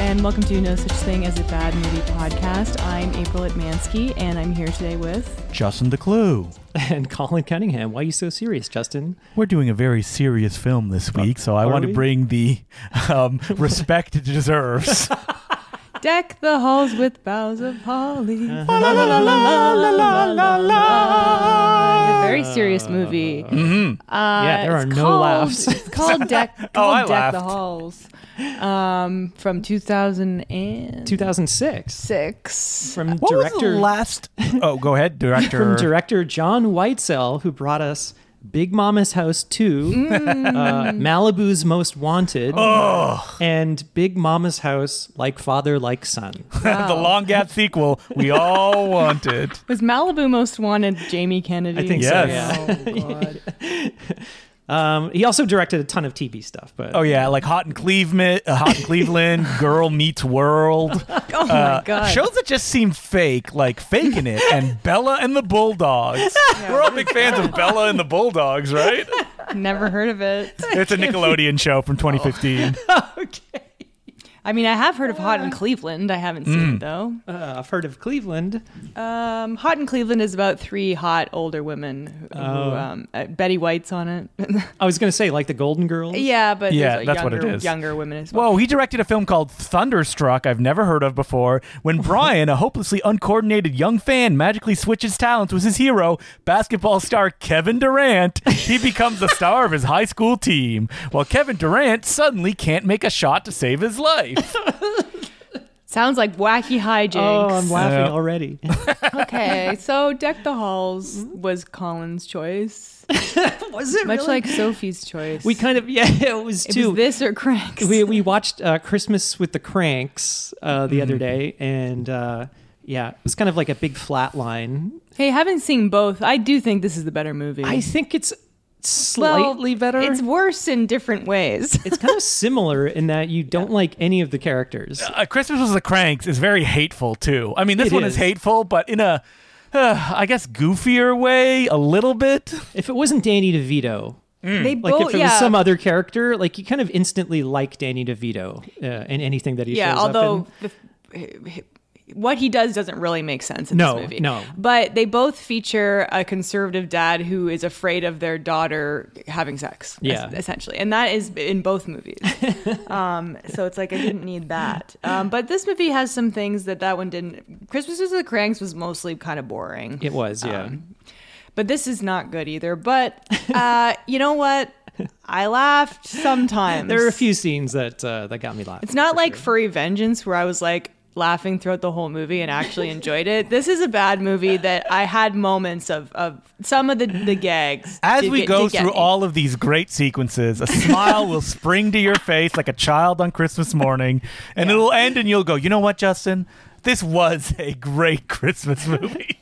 and welcome to No Such Thing as a Bad Movie podcast. I'm April Atmansky, and I'm here today with. Justin the Clue. and Colin Cunningham. Why are you so serious, Justin? We're doing a very serious film this week, so I are want we? to bring the um, respect it deserves. Deck the halls with boughs of holly. A very serious movie. Uh, Mm-hmm. Yeah, there it's are no called- laughs. Oh, It's called Deck, called I Deck the laughed. Halls um, from 2006. 2006 from What was the director last? Oh, go ahead, director. from director John Whitesell, who brought us Big Mama's House 2, uh, Malibu's Most Wanted, Oh. and Big Mama's House Like Father Like Son. the long gap sequel we all wanted. Was Malibu Most Wanted Jamie Kennedy? I think Uh, so, so. Yeah. Oh, God. Um, he also directed a ton of TV stuff, but Oh yeah, like Hot in Cleveland, uh, Hot in Cleveland, Girl Meets World. Oh, my God. Shows that just seem fake, like faking it, and Bella and the Bulldogs. We're all big fans of Bella and the Bulldogs, right? Never heard of it. It's a Nickelodeon show from 2015. okay. I mean, I have heard of Hot in Cleveland. I haven't seen it though. Uh, I've heard of Cleveland. Um, Hot in Cleveland is about three hot older women. Who, who, Oh. um, uh, Betty White's on it. I was going to say, like the Golden Girls. yeah, but Yeah, there's, uh, that's what younger, it is. Younger women as well. Whoa, he directed a film called Thunderstruck, I've never heard of before, when Brian, a hopelessly uncoordinated young fan, magically switches talents with his hero, basketball star Kevin Durant. He becomes the star of his high school team, while Kevin Durant suddenly can't make a shot to save his life. Sounds like wacky hijinks. Oh, I'm laughing Yeah. already. okay, so Deck the Halls was Colin's choice, was it much like Sophie's choice. we kind of yeah it was it too was this or Cranks. we we watched uh, Christmas with the Cranks uh, Mm-hmm. the other day and uh, yeah it was kind of like a big flat line. hey, having seen both, I do think this is the better movie. I think it's Well, slightly better. Mm-hmm. It's worse in different ways. it's kind of similar in that you don't like any of the characters. Uh, Christmas with the Cranks is very hateful, too. I mean, this It one is. is. hateful, but in a, uh, I guess, goofier way, a little bit. If it wasn't Danny DeVito, They Mm. like both if it yeah. was some other character, like you kind of instantly like Danny DeVito uh, in anything that he yeah, shows up although in. the, h- h- what he does doesn't really make sense in No, this movie. no. But they both feature a conservative dad who is afraid of their daughter having sex. es- Yeah. essentially, and that is in both movies. um, so it's like I didn't need that. Um, but this movie has some things that that one didn't. Christmas with the Cranks was mostly kind of boring. It was, yeah. Um, But this is not good either. But uh, you know what? I laughed sometimes. there are a few scenes that uh, that got me laughing. It's not like Furry Vengeance where I was like laughing throughout the whole movie and actually enjoyed it. This is a bad movie that I had moments of, of some of the, the gags. As did we get- go did get through me. all of these great sequences, a smile will spring to your face like a child on Christmas morning, and it'll end, and you'll go, you know what, Justin? This was a great Christmas movie.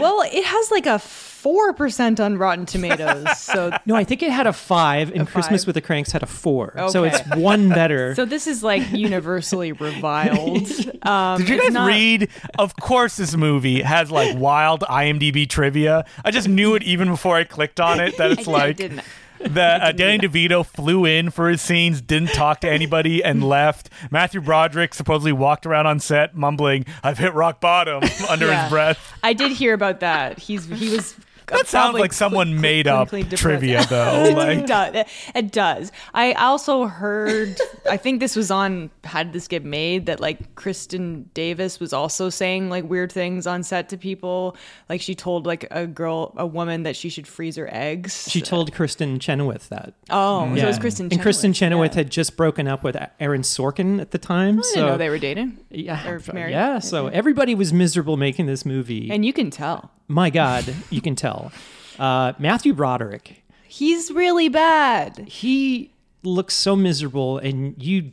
Well, it has like a 4% on Rotten Tomatoes. So No, I think it had a five, and Christmas five. with the Cranks had a four. So Okay. it's one better. so this is like universally reviled. Um, Did you it's guys not- read? Of course, this movie has like wild IMDb trivia. I just knew it even before I clicked on it that I it's did, I like didn't. that uh, Danny DeVito flew in for his scenes, didn't talk to anybody, and left. Matthew Broderick supposedly walked around on set mumbling, "I've hit rock bottom" under Yeah. his breath. I did hear about that. He's He was. That sounds probably like someone made up clinically depressed. trivia, though. it Like, does. It does. I also heard. I think this was on How Did This Get Made? That like Kristen Davis was also saying like weird things on set to people. Like she told like a girl, a woman, that she should freeze her eggs. she told Kristen Chenoweth that. oh, so it was Yeah. Kristen. And Kristen Chenoweth yeah. had just broken up with Aaron Sorkin at the time. I so didn't know they were dating. yeah, or so- married. Mm-hmm. yeah. So everybody was miserable making this movie. And you can tell my God, you can tell. Uh, Matthew Broderick, he's really bad. he looks so miserable, and you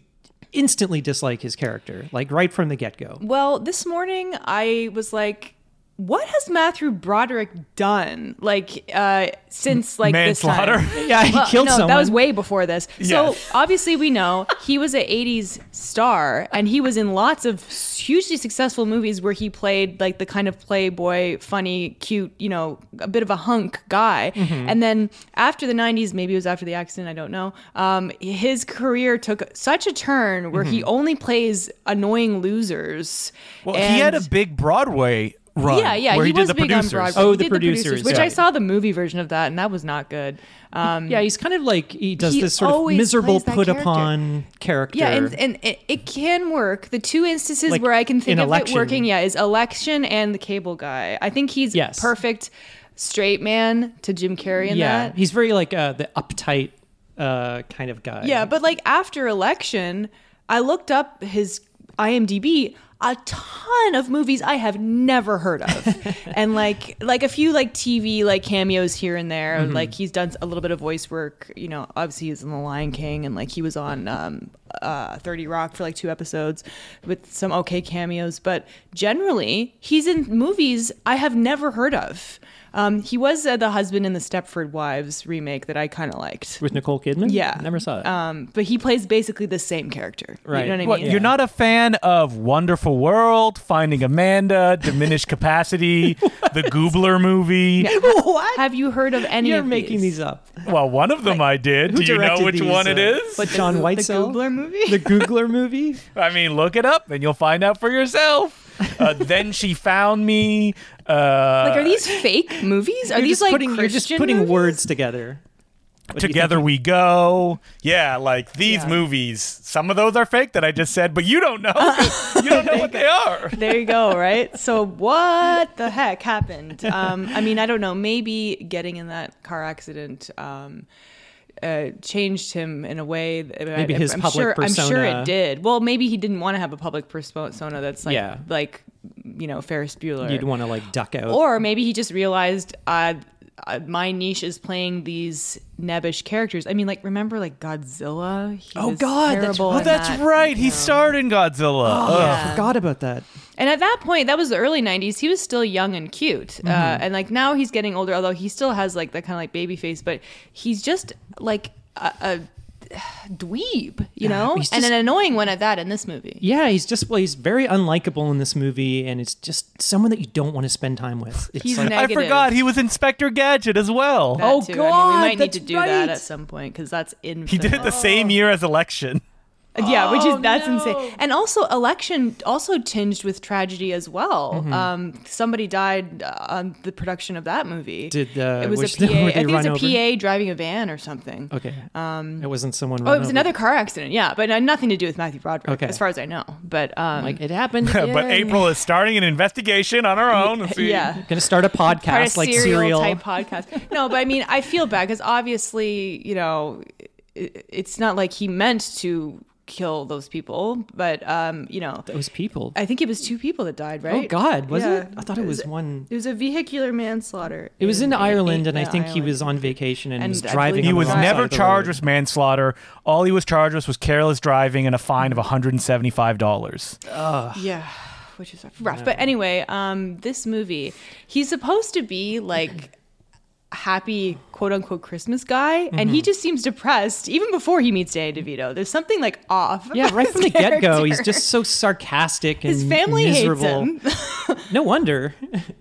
instantly dislike his character, like right from the get go. Well, this morning I was like. what has Matthew Broderick done like uh since like this time? Manslaughter? Yeah, he Well, killed no, someone. That was way before this. So Yes. obviously we know he was an '80s star, and he was in lots of hugely successful movies where he played like the kind of playboy, funny, cute, you know, a bit of a hunk guy. And then after the '90s, maybe it was after the accident, I don't know. Um, his career took such a turn where he only plays annoying losers. Well, he had a and- big Broadway run. yeah, yeah, where he, he, was did the big producers. on Broadway. Oh, He the did producers, which I right. saw the movie version of that, and that was not good. Um, yeah, he's kind of like he does He this sort of always miserable plays that put upon character. Yeah, and, and it, it can work. The two instances Like, where I can think in of election. it working, yeah, is election and the cable guy. I think he's Yes. perfect straight man to Jim Carrey in yeah, that. he's very like uh, the uptight uh, kind of guy. Yeah, but like after election, I looked up his IMDb. A ton of movies I have never heard of, and like like a few like TV like cameos here and there. Like he's done a little bit of voice work. You know, obviously he's in The Lion King, and like he was on um, uh, Thirty Rock for like two episodes with some okay cameos. But generally, he's in movies I have never heard of. Um, he was uh, the husband in the Stepford Wives remake that I kind of liked. with Nicole Kidman. Yeah, never saw that. Um, but he plays basically the same character. Right. You know what I What, mean? You're not a fan of Wonderful World, Finding Amanda, Diminished Capacity, the Goobler movie. what? Have you heard of any? You're of making these up. Well, one of them I did. Do you know directed which these, one it uh, is? But John The Whitesell, Googler movie. the Googler movie. I mean, look it up and you'll find out for yourself. Uh, then she found me. Uh, like, are these fake movies? Are You're these just like putting, you're just Christian putting movies? words together. What do you Together think? we go. Yeah, like these Yeah. movies. Some of those are fake that I just said, but you don't know. you don't know what they are. There you go. Right. So what the heck happened? Um, I mean, I don't know. Maybe getting in that car accident. Um, uh, changed him in a way. That, Maybe I, his I'm public sure, I'm sure persona. it did. Well, maybe he didn't want to have a public persona that's like, Yeah. like, you know, Ferris Bueller. You'd want to like duck out. or maybe he just realized uh, uh, my niche is playing these nebbish characters. I mean, like remember like Godzilla? He was terrible Oh, in that's that. right. He starred in Godzilla. Oh, Yeah. I forgot about that. And at that point, that was the early '90s. He was still young and cute, uh, and like now he's getting older. Although he still has like that kind of like baby face, but he's just like a. a dweeb you know he's and just- an annoying one at that in this movie Yeah, he's just well, he's very unlikable in this movie, and it's just someone that you don't want to spend time with. It's He's like, neg- I Negative. forgot he was Inspector Gadget as well. That Oh, too. I mean, God, we might need that's to do right. that at some point because that's in He did it the Oh. same year as Election. Yeah, which Oh, is that's no. insane. And also, election also tinged with tragedy as well. Mm-hmm. Um, somebody died uh, on the production of that movie. Did, uh, it was which- a PA? were I they think it was a run over? PA driving a van or something. okay, um, it wasn't someone. Oh, run it was over. another car accident. Yeah, but uh, nothing to do with Matthew Broderick, Okay. as far as I know. But um, Like it happened. but April is starting an investigation on her own. Let's see. yeah, Gonna start a Part podcast of like serial serial. type podcast. No, but I mean, I feel bad because obviously, you know, it, it's not like he meant to kill those people, but um, you know, Those people. I think it was two people that died, oh right? God, was Yeah. it? I thought it was one. It was a vehicular manslaughter. It was in Ireland, and I yeah, think he Ireland. was on vacation and, And was I driving. believe on He the was wrong side never of the charged road. with manslaughter. All he was charged with was careless driving and a fine of $175. Yeah, which is rough. But anyway, um, this movie, he's supposed to be like happy quote unquote Christmas guy, Mm-hmm. and he just seems depressed even before he meets Danny DeVito. There's something like off. Yeah, about right from the his get go, he's character. just so sarcastic and his family miserable. hates him. No wonder.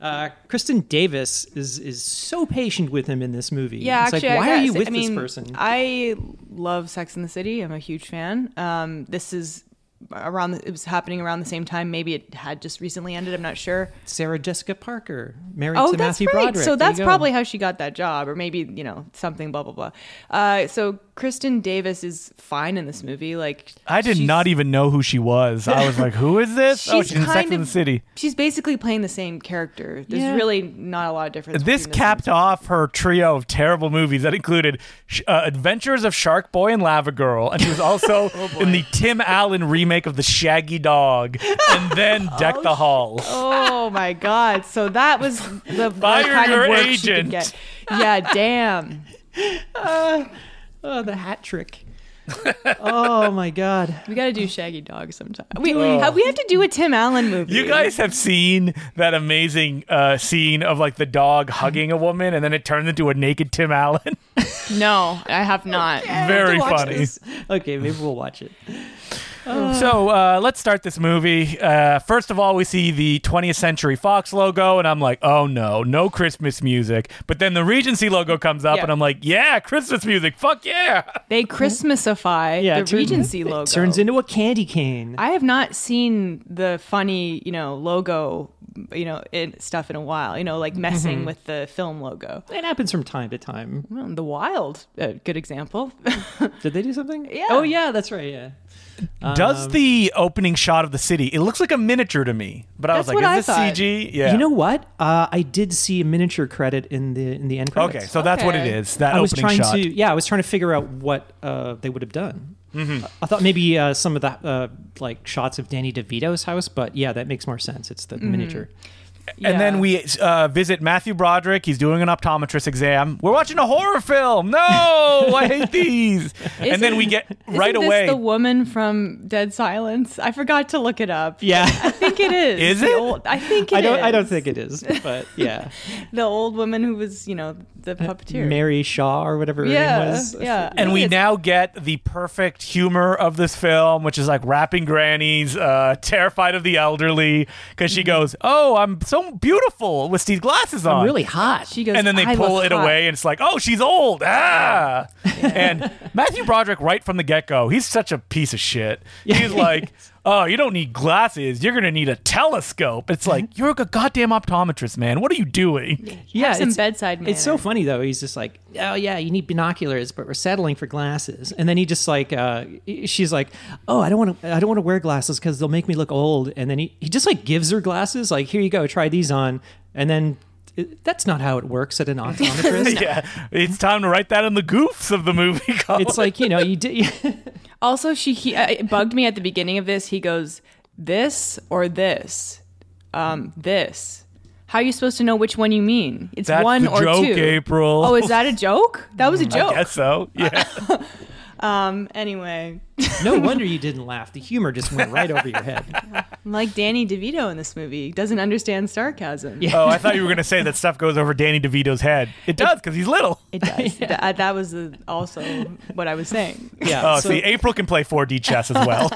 Uh, Kristen Davis is is so patient with him in this movie. Yeah, it's actually, like, I why are you guess. with I mean, this person? I love Sex in the City. I'm a huge fan. Um, this is around. The, it was happening around the same time. Maybe it had just recently ended. I'm not sure. Sarah Jessica Parker, married Oh, to that's Matthew right. Broderick. So There you that's go. probably how she got that job, or maybe you know something. Blah blah blah. Uh, so Kristen Davis is fine in this movie. Like I did she's- not even know who she was. I was like, who is this? oh, She's she's in Sex kind in the of- City. She's basically playing the same character. There's Yeah. really not a lot of difference. This between the capped off her trio of terrible movies that included sh- uh, Adventures of Shark Boy and Lava Girl, and she was also in the Tim Allen remake of The Shaggy Dog, and then Deck the Halls. two. Oh my god! So that was the the Fire kind your of work she agent. could get. Yeah, damn. oh, the Ah, hat trick. oh my god. We got to do Shaggy Dog sometime. We, we have, we have to do a Tim Allen movie. You guys have seen that amazing uh, scene of like the dog hugging a woman, and then it turns into a naked Tim Allen. No, I Oh, have not. Very Watch funny. this. Okay, maybe we'll watch it. So uh, let's start this movie. Uh, first of all, we see the 20th Century Fox logo, and I'm like, oh no, no Christmas music. But then the Regency logo comes up, Yeah. and I'm like, yeah, Christmas music. Fuck yeah. They Christmasify Yeah, the it turns- Regency it logo. turns into a candy cane. I have not seen the funny, you know, logo, you know, in, stuff in a while. You know, like messing Mm-hmm. with the film logo. it happens from time to time. Mm, The Wild, a good example. Did they do something? Yeah. Oh yeah, that's right. Yeah. Um, Does Um, the opening shot of the city, it looks like a miniature to me. But I was That's like, what I is this thought. CG? Yeah. You know what? Uh, I did see a miniature credit in the in the end credits. okay, so that's what it Okay. is. That I was opening trying shot. to yeah, I was trying to figure out what uh, they would have done. Mm-hmm. I- I thought maybe uh, some of the uh, like shots of Danny DeVito's house, but yeah, that makes more sense. It's Mm-hmm. the miniature. And then Yeah. we uh, visit Matthew Broderick. He's doing an optometrist exam. We're watching a horror film. No, I hate these. and then we get right Isn't this away. the woman from Dead Silence. I forgot to look it up. I Yeah. think it is. Is The it? old- I think it I don't I don't is. think it is, but yeah. the old woman who was, you know, the Uh, puppeteer. Mary Shaw or whatever her name yeah, was. yeah. I and think we it's- now get the perfect humor of this film, which is like rapping grannies, uh, terrified of the elderly, because she goes, "Oh, I'm so beautiful with these glasses on." Mm-hmm. I'm really hot. She goes, and then they "I pull look it hot." away, and it's like, "Oh, she's old." Ah. And Matthew Broderick, right from the get-go, he's such a piece of shit. He's like, "Oh, you don't need glasses. You're gonna need a telescope." It's like you're a goddamn optometrist, man. What are you doing? yeah, some bedside It's so manner. funny though. He's just like, oh yeah, you need binoculars, but we're settling for glasses. And then he just like, uh, she's like, oh, I don't want to, I don't want to wear glasses because they'll make me look old. And then he, he just like gives her glasses, like, here you go, try these on. And then it, that's not how it works at an optometrist. Yeah, it's time to write that in the goofs of the movie. column. It's like you know, you did. Also, she he, uh, it bugged me at the beginning of this. He goes, "This or this, um, this." How are you supposed to know which one you mean? It's That's one the or joke, two. April. Hmm, Oh, is that a joke? That was a joke. I guess so. Yeah. Um. Anyway, No wonder you didn't laugh. The humor just went right over your head. like Danny DeVito in this movie doesn't understand sarcasm. Yeah, oh, I thought you were gonna say that stuff goes over Danny DeVito's head. It does because he's little. it does. Th- uh, that was uh, also what I was saying. Yeah. Oh, so- see, April can play 4D chess as well.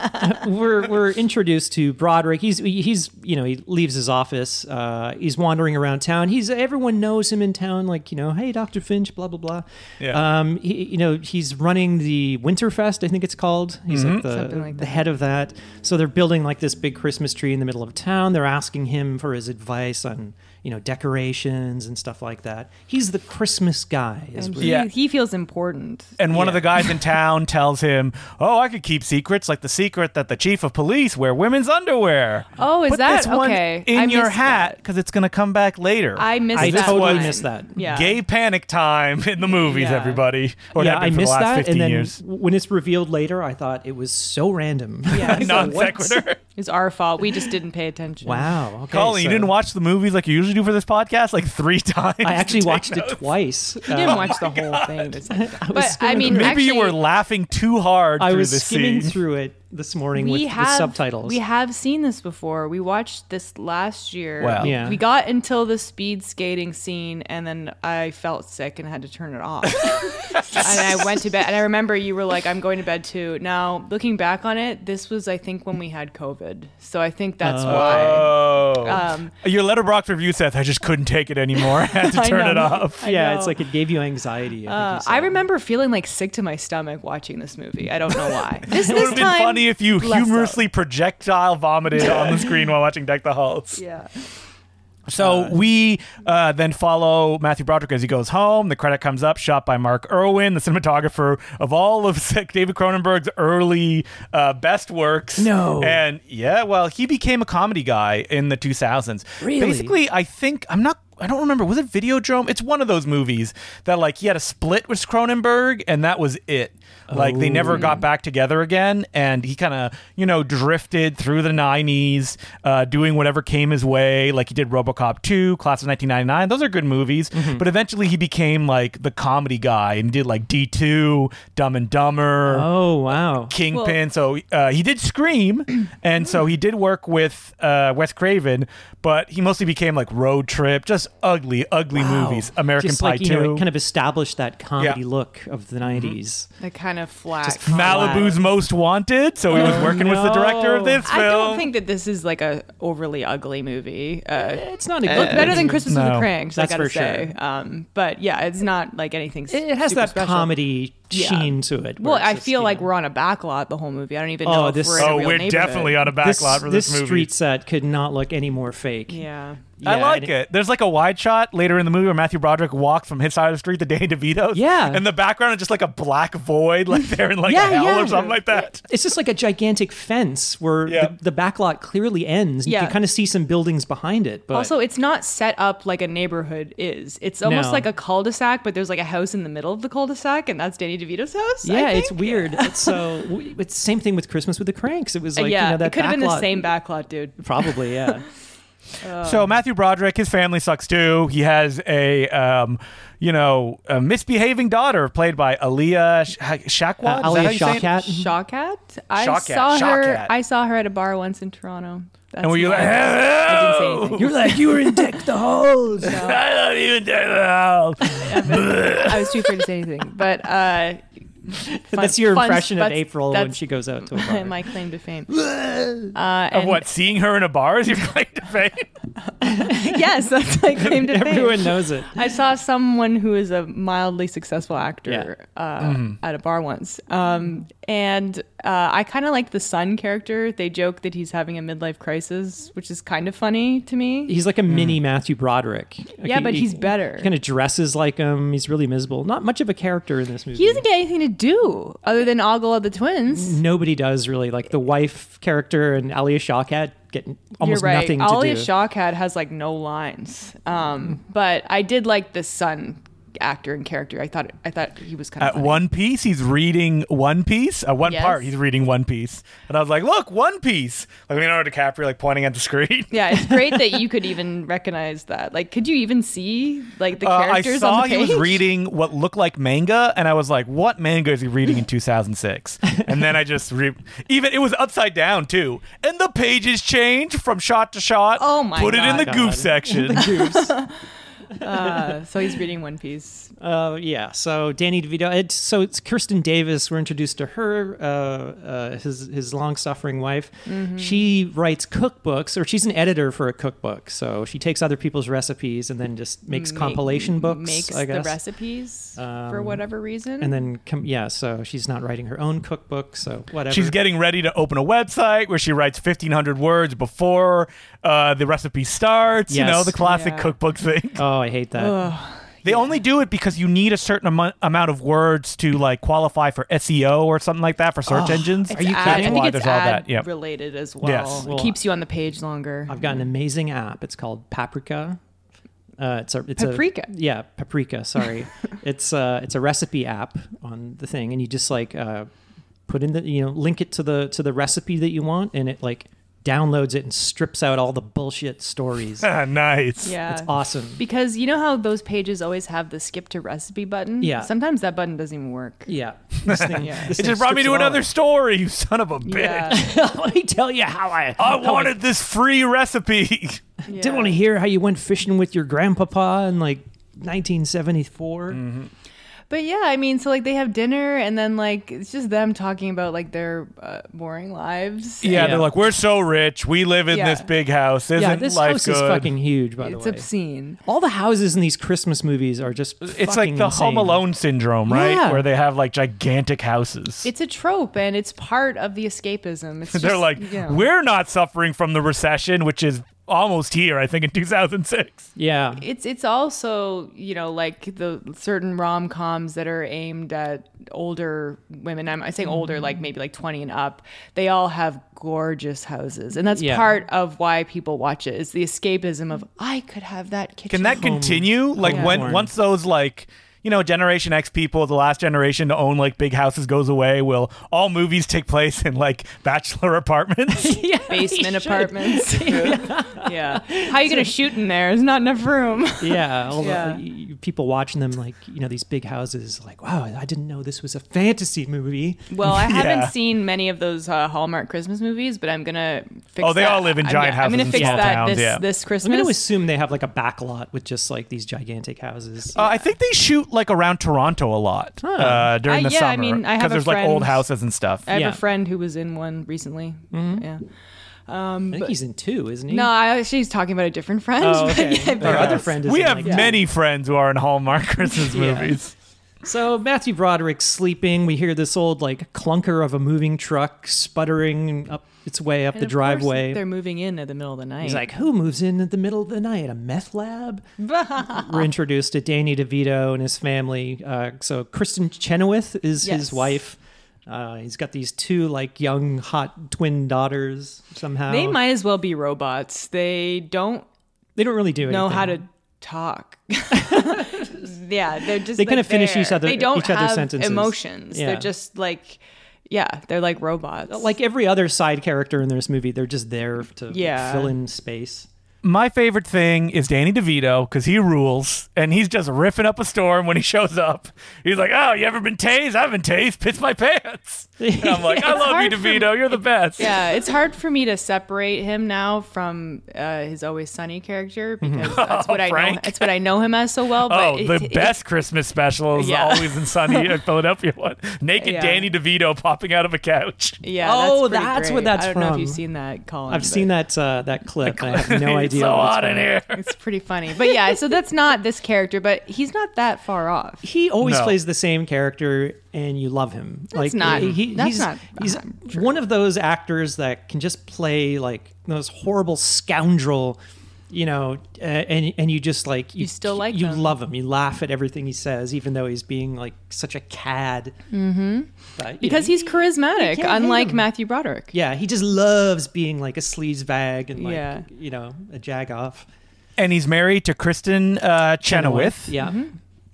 we're we're introduced to Broderick. He's he's you know he leaves his office. Uh, he's wandering around town. He's everyone knows him in town. Like you know, hey Doctor Finch, blah blah blah. Yeah. Um, he, you know he's running the Winterfest. I think it's called. He's like Mm-hmm. the Something like the that. head of that. So they're building like this big Christmas tree in the middle of town. They're asking him for his advice on you know decorations and stuff like that. He's the Christmas guy. Is And what- he, Yeah. he feels important. And one of the guys in town tells him, "Oh, I could keep secrets like the secret that the chief of police wear women's underwear." Oh, is Put that- this one okay. in I your missed hat because it's gonna come back later? I missed. I that totally line. missed that. Yeah. Gay panic time in the movies, Yeah. everybody. Or it yeah, happened I for missed the last that. 15 And then years. when it's revealed later, I thought it was so random. Yeah. it's- Non what? sequitur. It's our fault. We just didn't pay attention. Wow. Okay, Colin, you so- didn't watch the movies like you usually do for this podcast, like three times. I actually to take watched notes. it twice. Um, You didn't watch the whole thing. It's like- but I skimming mean, through- Maybe you actually, were laughing too hard. I through was this skimming scene. through it this morning with, we with have subtitles. We have seen this before. We watched this last year. Wow. Yeah. We got until the speed skating scene, and then I felt sick and had to turn it off. and I went to bed. And I remember you were like, "I'm going to bed too." Now, looking back on it, this was I think when we had COVID, so I think that's why. Oh. Um, Your letterbox review says I just couldn't take it anymore. I had to I turn know. it off. I yeah, know. it's like it gave you anxiety. I, think Uh, you said. I remember feeling like sick to my stomach watching this movie. I don't know why. This, It would this have been time, funny if you less so. humorously projectile vomited on the screen while watching Deck the Halls. Yeah. So we uh, then follow Matthew Broderick as he goes home. The credit comes up, shot by Mark Irwin, the cinematographer of all of David Cronenberg's early uh, best works. No. And yeah, well, he became a comedy guy in the 2000s. Really? Basically, I think, I'm not I don't remember. Was it Videodrome? It's one of those movies that like he had a split with Cronenberg, and that was it. Like they never got back together again, and he kind of you know drifted through the '90s, uh, doing whatever came his way. Like he did RoboCop 2, Class of 1999. Those are good movies, but eventually he became like the comedy guy and did like D2, Dumb and Dumber. Oh wow. Kingpin. so uh, he did Scream, and so he did work with uh, Wes Craven, but he mostly became like Road Trip, just ugly, ugly movies. American Just Pie like, Two, You know, it kind of established that comedy Yeah. look of Mm-hmm. the 90s. The kind of flat. Malibu's Most Wanted. So he was working with the director of Oh, no. this film. I don't think that this is like a overly ugly movie. Uh, It's not a looked better than Christmas with no. the Cranks, That's I gotta for sure. say. Um, but yeah, it's not like anything. It it has super that special. comedy Yeah. sheen to it. Well, where it's I just, feel you like know, we're on a back lot the whole movie. I don't even Oh, know this- if we're in a Oh, real we're neighborhood. definitely on a back this, lot for this, movie. street set could not look any more fake. Yeah. I Yeah, like and it, There's like a wide shot later in the movie where Matthew Broderick walked from his side of the street to Danny DeVito's. Yeah. And the background is just like a black void, like they're in like Yeah, hell yeah. or something like that. It's just like a gigantic fence where Yeah. the, the back lot clearly ends. You Yeah. can kind of see some buildings behind it. But Also, it's not set up like a neighborhood is. It's almost No. like a cul-de-sac, but there's like a house in the middle of the cul-de-sac, and that's Danny DeVito's house. I yeah, it's think? weird. It's so w- it's the same thing with Christmas with the Cranks. It was like Uh, yeah, you know, that it could have been backlot- the same backlot, dude. Probably, yeah. So Matthew Broderick, his family sucks too. He has a, um, you know, a misbehaving daughter played by Aaliyah Sh- Shackwat. uh, Is that how Alia you say it? Shawkat. Shawkat? I Shawkat, saw Shawkat. her. I saw her at a bar once in Toronto. That's And were you the like, only- I didn't say anything. You're like you were in deck the halls. I don't even know. I was too afraid to say anything. But uh, That's fun- your fun- impression of that's- April when that's she goes out to a bar. my claim to fame. Uh, Of and- what? Seeing her in a bar is your claim to fame? Yes, that's my claim to fame. Everyone knows it. I saw someone who is a mildly successful actor uh, at a bar once, um, and uh, I kind of like the son character. They joke that he's having a midlife crisis, which is kind of funny to me. He's like a mini Matthew Broderick. Like, Yeah, but he's better. He kind of dresses like him. He's really miserable. Not much of a character in this movie. He doesn't get anything to do other than ogle at the twins. Nobody does really. Like the wife character and Alia Shawkat get almost You're right. nothing Alia to do. Mm. Shawkat has like no lines, um, but I did like the son actor and character. I thought I thought he was kind of At One Piece, he's reading One Piece. At one Yes. part, he's reading One Piece, and I was like, "Look, One Piece!" Like Leonardo DiCaprio, like pointing at the screen. Yeah, it's great that you could even recognize that. Like, could you even see like the Uh, I characters saw on the he page? was reading what looked like manga, and I was like, "What manga is he reading in 2006?" and then I just re- even it was upside down too, and the pages change from shot to shot. Oh my Put it in God. the goof God. section. Uh, so he's reading One Piece. Uh, yeah. So Danny DeVito. It's, so it's Kirsten Davis. We're introduced to her, uh, uh, his his long suffering wife. Mm-hmm. She writes cookbooks, or she's an editor for a cookbook. So she takes other people's recipes and then just makes Make- compilation books. Makes I the guess. Um, recipes for whatever reason. and then com- yeah so she's not writing her own cookbook so whatever She's getting ready to open a website where she writes 1,500 words before uh, the recipe starts. You Yes. know, the classic Yeah. cookbook thing. oh i hate that They only do it because you need a certain amo- amount of words to like qualify for SEO or something like that for search engines. It's you ad- kidding? I think Why it's there's all ad that, yep. related as well. Yes. It Well, keeps you on the page longer. i've got an amazing app it's called paprika uh, it's a it's Paprika? A, yeah, paprika. Sorry, it's uh it's a recipe app on the thing, and you just like uh, put in the you know link it to the to the recipe that you want, and it like downloads it and strips out all the bullshit stories. Ah, nice. yeah. It's awesome. Because you know how those pages always have the skip to recipe button? Yeah. Sometimes that button doesn't even work. Yeah, this thing, Yeah. this It thing just brought me strips to it all another out. story, you son of a bitch. Yeah. Let me tell you how I I wanted this free recipe. yeah. Didn't want to hear how you went fishing with your grandpapa in like 1974. Mm-hmm. But yeah, I mean, so like they have dinner, and then like it's just them talking about like their uh, boring lives. Yeah, Yeah. they're like, we're so rich. We live in Yeah. this big house. Isn't Yeah, this life house good? is fucking huge, by the It's way. obscene. All the houses in these Christmas movies are just. it's like the Home Alone syndrome, right? Yeah. Where they have like gigantic houses. It's a trope, and it's part of the escapism. It's they're just, like, you know. we're not suffering from the recession, which is almost here, I think, in 2006. Yeah. It's it's also you know like the certain rom coms that are aimed at older women. I'm, I'm saying older, Mm-hmm. like maybe like 20 and up. They all have gorgeous houses, and that's Yeah. part of why people watch it. Is the escapism of I could have that kitchen. Can that continue? Like when porn. once those like you know Generation X people, the last generation to own like big houses goes away, will all movies take place in like bachelor apartments? yeah. basement apartments? yeah. How are you gonna shoot in there? There's not enough room. Yeah. All Yeah. The, y- y- people watching them, like, you know, these big houses, like, wow, I didn't know this was a fantasy movie. Well, I haven't Yeah. seen many of those uh, Hallmark Christmas movies, but I'm gonna fix. Oh, they that. all live in I'm- giant I'm gonna houses in fix small that towns, this yeah. this I'm Christmas. going to assume they have like a back lot with just like these gigantic houses. Uh, I think they shoot like around Toronto a lot uh, during I- the yeah, summer I mean, I have a there's like old friend- houses and stuff. I have Yeah. Mm-hmm. a friend who was in one recently. Yeah. I think he's in two, isn't he? No, I, she's talking about a different friend. Oh, but okay. yeah, Our but- other friend is we in, have like, many friends who are in Hallmark Christmas Yeah. movies. So Matthew Broderick's sleeping. We hear this old like clunker of a moving truck sputtering up its way up and the of course, driveway. They're moving in at the middle of the night. He's like, "Who moves in at the middle of the night? A meth lab?" We're introduced to Danny DeVito and his family. Uh, so Kristen Chenoweth is Yes. his wife. Uh, he's got these two like young hot twin daughters. Somehow they might as well be robots. They don't They don't really do anything. know how to talk. yeah, they're just They kinda like finish there. each other- They don't each other's have sentences. emotions. Yeah. They're just like, yeah, they're like robots. Like every other side character in this movie, they're just there to Yeah. fill in space. My favorite thing is Danny DeVito because he rules and he's just riffing up a storm when he shows up. He's like, "Oh, you ever been tased? I've been tased. Piss my pants." And I'm like, "I love you, hard for DeVito. You're the best." Yeah, it's hard for me to separate him now from uh, his Always Sunny character because that's what I know. Frank. That's what I know him as so well. But Oh, the it- it- best Christmas special is Yeah. always in sunny in Philadelphia one. Naked Yeah. Danny DeVito popping out of a couch. Yeah. Oh, pretty that's great. what that's I don't know if you've from. seen that, Colin. I've but seen that uh, that clip. I have no it's idea. so what it's hot in from. here. It's pretty funny, but yeah. So that's not this character, but he's not that far off. He always No. plays the same character, and you love him. like not- he, that's he's, not- he's I'm one of those actors that can just play like those horrible scoundrel. You know, uh, and and you just like you, still like you them. love him. You laugh at everything he says, even though he's being like such a cad. Mm-hmm. But, you know, Because he's charismatic, can't hate unlike him. Matthew Broderick. yeah, he just loves being like a sleaze bag and like Yeah. you know a jag off. And he's married to Kristen uh, Chenoweth, yeah. Mm-hmm.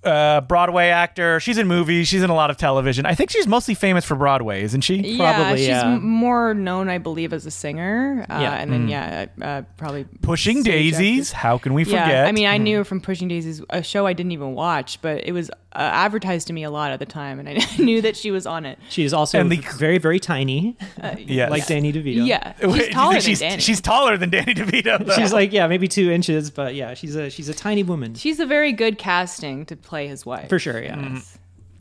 uh, Broadway actor. She's in movies. She's in a lot of television. I think she's mostly famous for Broadway, isn't she? yeah, Probably, she's yeah. m- more known, I believe, as a singer. Uh, Yeah. mm. and then yeah, uh, probably Pushing stage Daisies. actress. How can we forget? Yeah, I mean, Mm. I knew her from Pushing Daisies, a show I didn't even watch, but it was uh, advertised to me a lot at the time, and I knew that she was on it. She is also And the- very, very tiny, yes. like Danny DeVito. Yeah, Wait, do she's you think taller than she's, Danny. she's taller than Danny DeVito. though? she's like yeah, maybe two inches, but yeah, she's a she's a tiny woman She's a very good casting to play his wife. for sure. Yeah, Mm.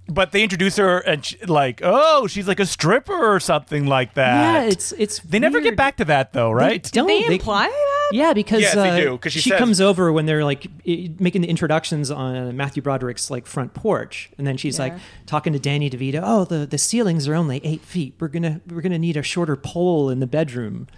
but they introduce her and she, like, oh, she's like a stripper or something like that. yeah, it's it's they never get back to that though, right? Don't They imply that? Oh, Yeah, because Yes, they uh, do, 'cause she she says- comes over when they're like i- making the introductions on Matthew Broderick's like front porch, and then she's like Yeah. talking to Danny DeVito. Oh, the the ceilings are only eight feet. We're gonna we're gonna need a shorter pole in the bedroom.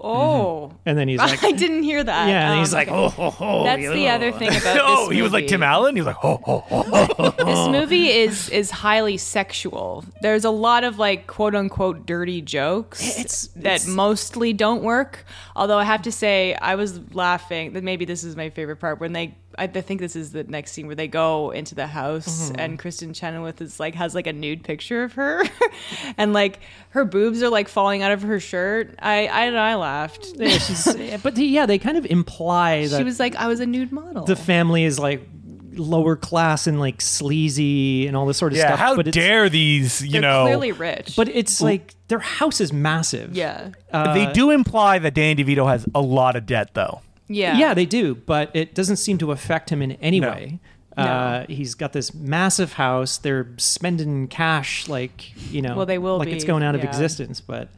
Oh, And then he's like, I didn't hear that. Mm-hmm. yeah, and Um, he's like, oh, ho, ho, that's the other thing about this oh, he was like movie. Tim Allen. He was like, ho, ho, ho. This Oh. movie is is highly sexual. There's a lot of like quote unquote dirty jokes It's- that it's- mostly don't work. Although I have to say, I was laughing. That maybe this is my favorite part when they. I th- think this is the next scene where they go into the house Mm-hmm. and Kristen Chenoweth is like has like a nude picture of her, and like her boobs are like falling out of her shirt. I I don't know, I laughed. yeah, she's, but yeah, they kind of imply that She was like, I was a nude model. the family is like lower class and like sleazy and all this sort of Yeah, stuff. how but it's- dare these? You They're know, clearly rich. But it's like their house is massive. yeah, they do imply that Danny DeVito has a lot of debt though. yeah, Yeah. they do, but it doesn't seem to affect him in any No. way. Uh, he's got this massive house. They're spending cash like you know, Well, they will like be, it's going out of yeah. existence. But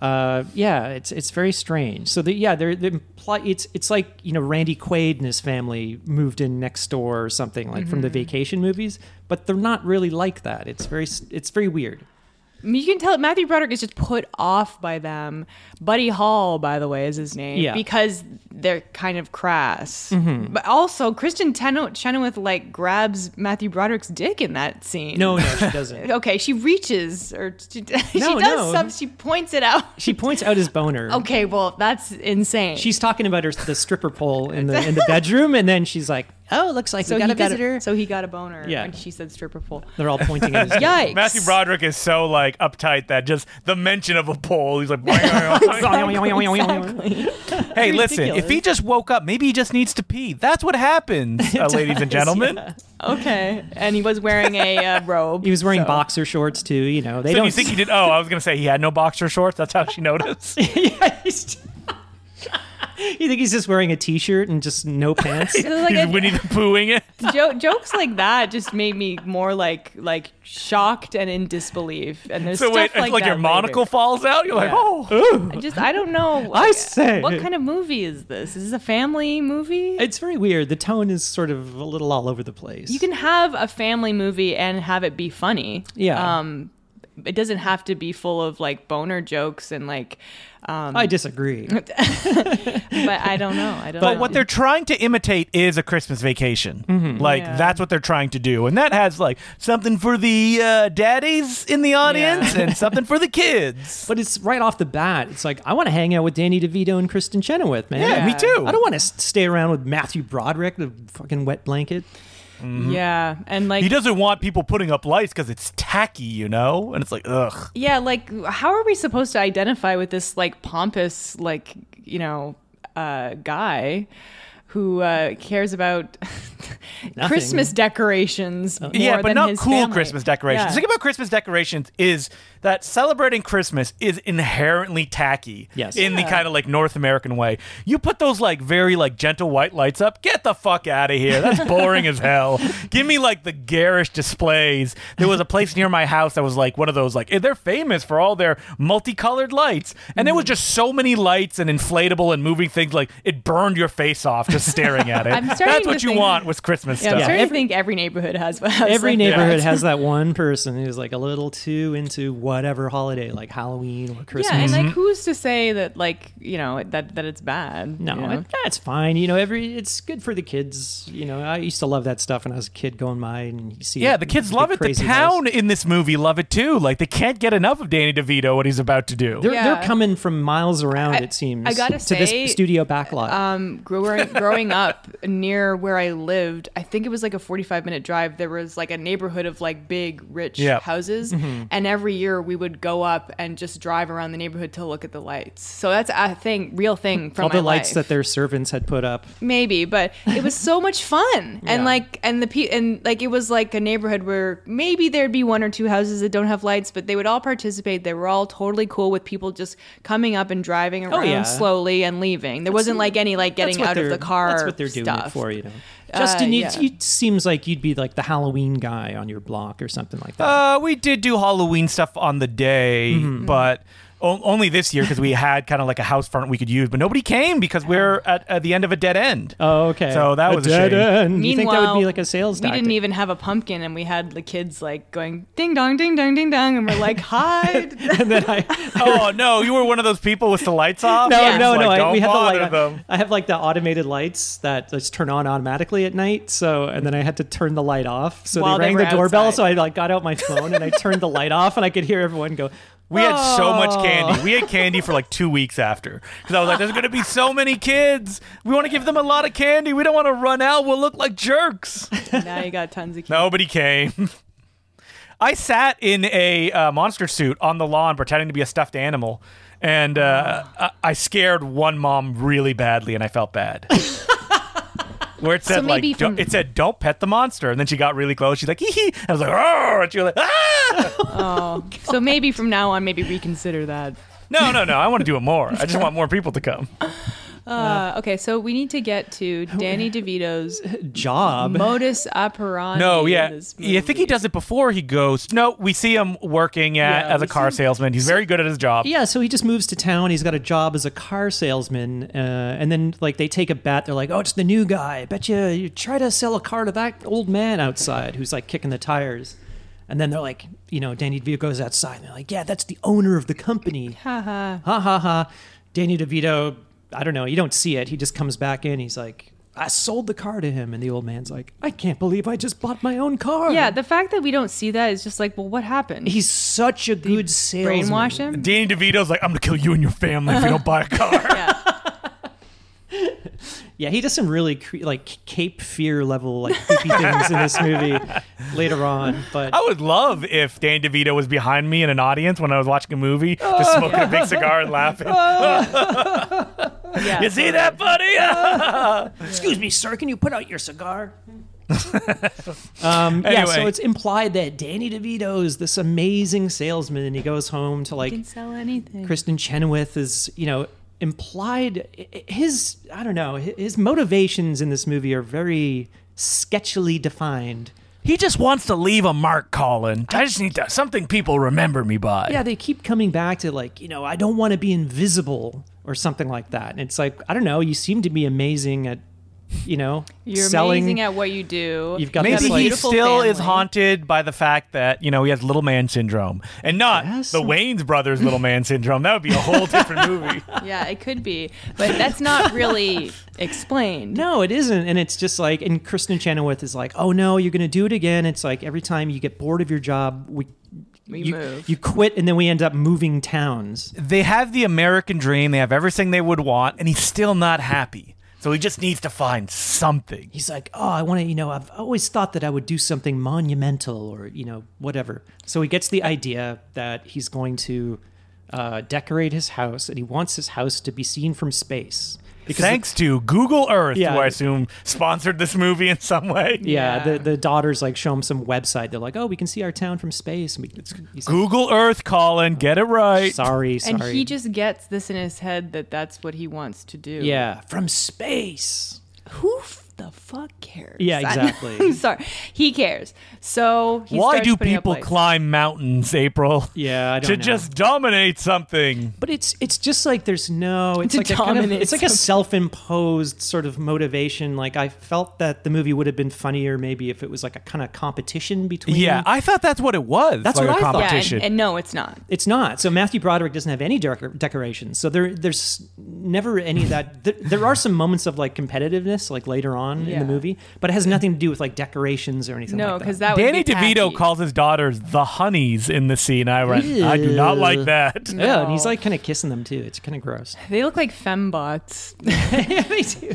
uh, yeah, it's it's very strange. So the, yeah, they're, they imply it's it's like you know Randy Quaid and his family moved in next door or Mm-hmm. something like from the vacation movies, but they're not really like that. It's very s- it's very weird. I mean, You can tell Matthew Broderick is just put off by them. Buddy Hall, by the way, is his name. Yeah. Mm-hmm. Because they're kind of crass. But also, Kristen Teno- Chenoweth, like, grabs Matthew Broderick's dick in that scene. No, no, she doesn't. Okay, she reaches, or she, she No, does no. some, she points it out. She points out his boner. Okay, well, that's insane. She's talking about her the stripper pole in the in the bedroom, and then she's like, "Oh, looks like so we got he a visitor." so he got a boner Yeah. when she said stripper pole. They're all pointing at his. Yikes. Matthew Broderick is so like uptight that just the mention of a pole, he's like, Exactly. hey, listen, if he Ridiculous. just woke up, maybe he just needs to pee. That's what happens, uh, ladies and gentlemen. okay. And he was wearing a uh, robe. He was wearing so- boxer shorts too. You know, they So don't. you think he did? Oh, I was gonna say he had no boxer shorts. That's how she noticed. Yeah, he's- you think he's just wearing a t-shirt and just no pants? It was like he's a- Winnie the Poohing it. jo- jokes like that just made me more like like shocked and in disbelief. And there's So wait, stuff like, like that your monocle later. falls out. You're like, Yeah. oh, I just I don't know. I say. what kind of movie is this? Is this a family movie? It's very weird. The tone is sort of a little all over the place. you can have a family movie and have it be funny. Yeah. Um, it doesn't have to be full of like boner jokes and like. Um, I disagree. but I don't know. I don't. But know. what they're trying to imitate is a Christmas vacation. Like Yeah. that's what they're trying to do, and that has like something for the uh, daddies in the audience and something for the kids. But it's right off the bat. It's like I want to hang out with Danny DeVito and Kristen Chenoweth, man. Yeah, me Yeah. too. I don't want to stay around with Matthew Broderick, the fucking wet blanket. Mm-hmm. yeah, and like He doesn't want people putting up lights because it's tacky, you know. And it's like, ugh. Yeah, like how are we supposed to identify with this like pompous like you know uh, guy who uh, cares about Christmas decorations? Oh. More yeah, but than not his cool family? Christmas decorations. Yeah. The thing about Christmas decorations is that celebrating Christmas is inherently tacky. Yes. In the kind of like North American way. You put those like very like gentle white lights up, get the fuck out of here. That's boring as hell. Give me like the garish displays. There was a place near my house that was like one of those like they're famous for all their multicolored lights. And Mm-hmm. there was just so many lights and inflatable and moving things like it burned your face off just staring at it. I'm starting That's to what you think- want with Christmas Yeah, I'm stuff. starting Every- to think every neighborhood has. has Every like neighborhood that. has that one person who's like a little too into whatever holiday, like Halloween or Christmas. Mm-hmm. Yeah, and like who's to say that like you know that that it's bad? No, you know? it- that's fine. You know, every it's good for the kids. You know, I used to love that stuff when I was a kid going by and you see. Yeah, the kids love it. The crazy town house. in this movie love it too. Like they can't get enough of Danny DeVito what he's about to do. They're, Yeah. they're coming from miles around. I- it seems. I gotta to say, this studio backlot. um, growing growing up near where I lived, I think it was like a 45 minute drive. There was like a neighborhood of like big rich Yeah. houses, Mm-hmm. and every year we would go up and just drive around the neighborhood to look at the lights. So that's a thing, real thing from all my the lights life. that their servants had put up. maybe, but it was so much fun, Yeah. and like and the pe- and like it was like a neighborhood where maybe there'd be one or two houses that don't have lights, but they would all participate. They were all totally cool with people just coming up and driving around Oh, yeah. slowly and leaving. There wasn't like any like That's getting what out of they're- the car. That's what they're doing it stuff. Uh, for, you know. Justin, it, yeah. it seems like you'd be like the Halloween guy on your block or something like that. Uh, we did do Halloween stuff on the day, but o- only this year because we had kind of like a house front we could use, but nobody came because we're at, at the end of a dead end. oh, okay. So that A was a dead shame. end. You think that would Meanwhile, be like a sales We tactic? didn't even have a pumpkin, and we had the kids like going ding dong, ding dong, ding dong, and we're like hide. and then I. oh no, you were one of those people with the lights off. No, Yeah. no, Like, no. I, don't we had the bother light. on- them. I have like the automated lights that just turn on automatically at night. So, and then I had to turn the light off. So While they they rang were the doorbell. outside. So I like got out my phone and I turned the light off, and I could hear everyone go. We had so much candy. We had candy for like two weeks after because I was like, "There's going to be so many kids. We want to give them a lot of candy. We don't want to run out. We'll look like jerks." now you got tons of kids. Nobody came. I sat in a uh, monster suit on the lawn pretending to be a stuffed animal, and uh, I-, I scared one mom really badly, and I felt bad. Where it said like maybe don't- from- it said don't pet the monster, and then she got really close. She's like hee hee, and I was like oh, and she was like ah. Oh. so maybe from now on, maybe reconsider that. No, no, no. I want to do it more. I just want more people to come. Uh, okay, so we need to get to Danny DeVito's Job. modus operandi. No, in yeah. this yeah. I think he movie. does it before he goes. No, we see him working at, Yeah, as a we car see- salesman. He's very good at his job. Yeah, so he just moves to town. He's got a job as a car salesman, uh, and then like they take a bet. They're like, "Oh, it's the new guy. Bet you you try to sell a car to that old man outside who's like kicking the tires." And then they're like, you know, Danny DeVito goes outside and they're like, yeah, that's the owner of the company. Ha ha. ha ha ha. Danny DeVito, I don't know, you don't see it. He just comes back in. He's like, I sold the car to him. And the old man's like, I can't believe I just bought my own car. Yeah, the fact that we don't see that is just like, well, what happened? He's such a good salesman. brainwash him. Danny DeVito's like, I'm gonna kill you and your family if you don't buy a car. Yeah, he does some really cre- like Cape Fear level like creepy things in this movie later on. But I would love if Danny DeVito was behind me in an audience when I was watching a movie, just smoking a big cigar and laughing. Yeah. you see that, buddy? excuse me, sir, can you put out your cigar? um, Yeah, so Anyway. it's implied that Danny DeVito is this amazing salesman, and he goes home to like Didn't sell anything. Kristen Chenoweth is, you know, implied his I don't know his motivations in this movie are very sketchily defined. he just wants to leave a mark, Colin. I just need to something people remember me by. Yeah, they keep coming back to like, you know, I don't want to be invisible or something like that. And it's like, I don't know, you seem to be amazing at, you know, You're selling. amazing at what you do. You've got You have Maybe this, a he like- beautiful still is family. haunted by the fact that, you know, he has little man syndrome and not Yes. the Wayne's brothers little man syndrome. That would be a whole different movie. Yeah, it could be, but that's not really explained. no, it isn't. And it's just like, and Kristen Chenoweth is like, oh no, you're going to do it again. It's like every time you get bored of your job, we. We you, move. you quit and then we end up moving towns. they have the American dream, they have everything they would want, and he's still not happy. So he just needs to find something. He's like, oh, I want to, you know, I've always thought that I would do something monumental or, you know, whatever. So he gets the idea that he's going to uh, decorate his house and he wants his house to be seen from space. Because Thanks to Google Earth, Yeah. who I assume sponsored this movie in some way. the, yeah, Yeah. The, the daughters like show him some website. They're like, oh, we can see our town from space. And we, he's like, Google Earth, Colin, get it right. sorry, and sorry. he just gets this in his head that that's what he wants to do. yeah, from space. Who f- the fuck cares? Yeah, I- exactly. I'm sorry. He cares. So he Why starts do putting up people lights. climb mountains, April? Yeah, I don't to know. just dominate something. But it's it's just like there's no it's To like a kind of, dominate it's like a something. self-imposed sort of motivation. Like I felt that the movie would have been funnier maybe if it was like a kind of competition between Yeah, I thought that's what it was. That's like what a I thought. Yeah, competition. and, and no, it's not. it's not. So Matthew Broderick doesn't have any dec- decorations. So there there's never any of that there, there are some moments of like competitiveness like later on in Yeah. the movie, but it has nothing to do with like decorations or anything No, like that. because that would Danny be DeVito tacky. calls his daughters the honeys in the scene. I went, I do not like that. yeah, and he's No. like kind of kissing them too. It's kind of gross. They look like fembots. yeah, they do. we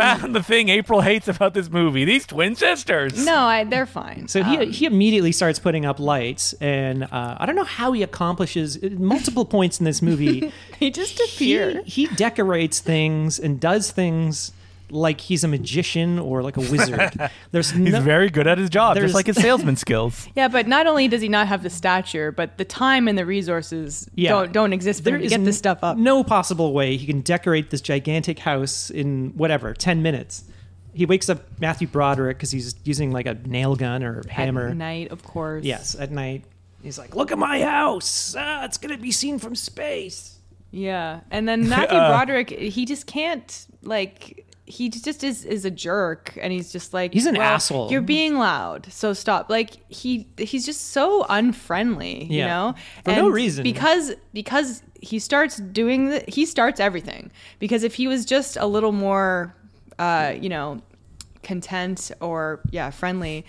found the thing April hates about this movie: these twin sisters. No, I, they're fine. So he, Um, he immediately starts putting up lights, and uh, I don't know how he accomplishes at multiple points in this movie. he just he, appeared. he decorates things and does things like he's a magician or like a wizard. There's He's no, very good at his job, There's- just like his salesman skills. Yeah, but not only does he not have the stature, but the time and the resources Yeah. don't don't exist for there him to is get n- this stuff up. No possible way he can decorate this gigantic house in whatever ten minutes. He wakes up Matthew Broderick because he's using like a nail gun or hammer. At night, of course. Yes, at night. He's like, "Look at my house! Ah, it's gonna be seen from space." Yeah, and then Matthew Broderick, Uh. he just can't like he just is is a jerk, and he's just like He's an asshole. You're being loud, so stop. Like he he's just so unfriendly, you Yeah. know, For no reason. because because he starts doing the, he starts everything because if he was just a little more, uh, you know, content or yeah friendly.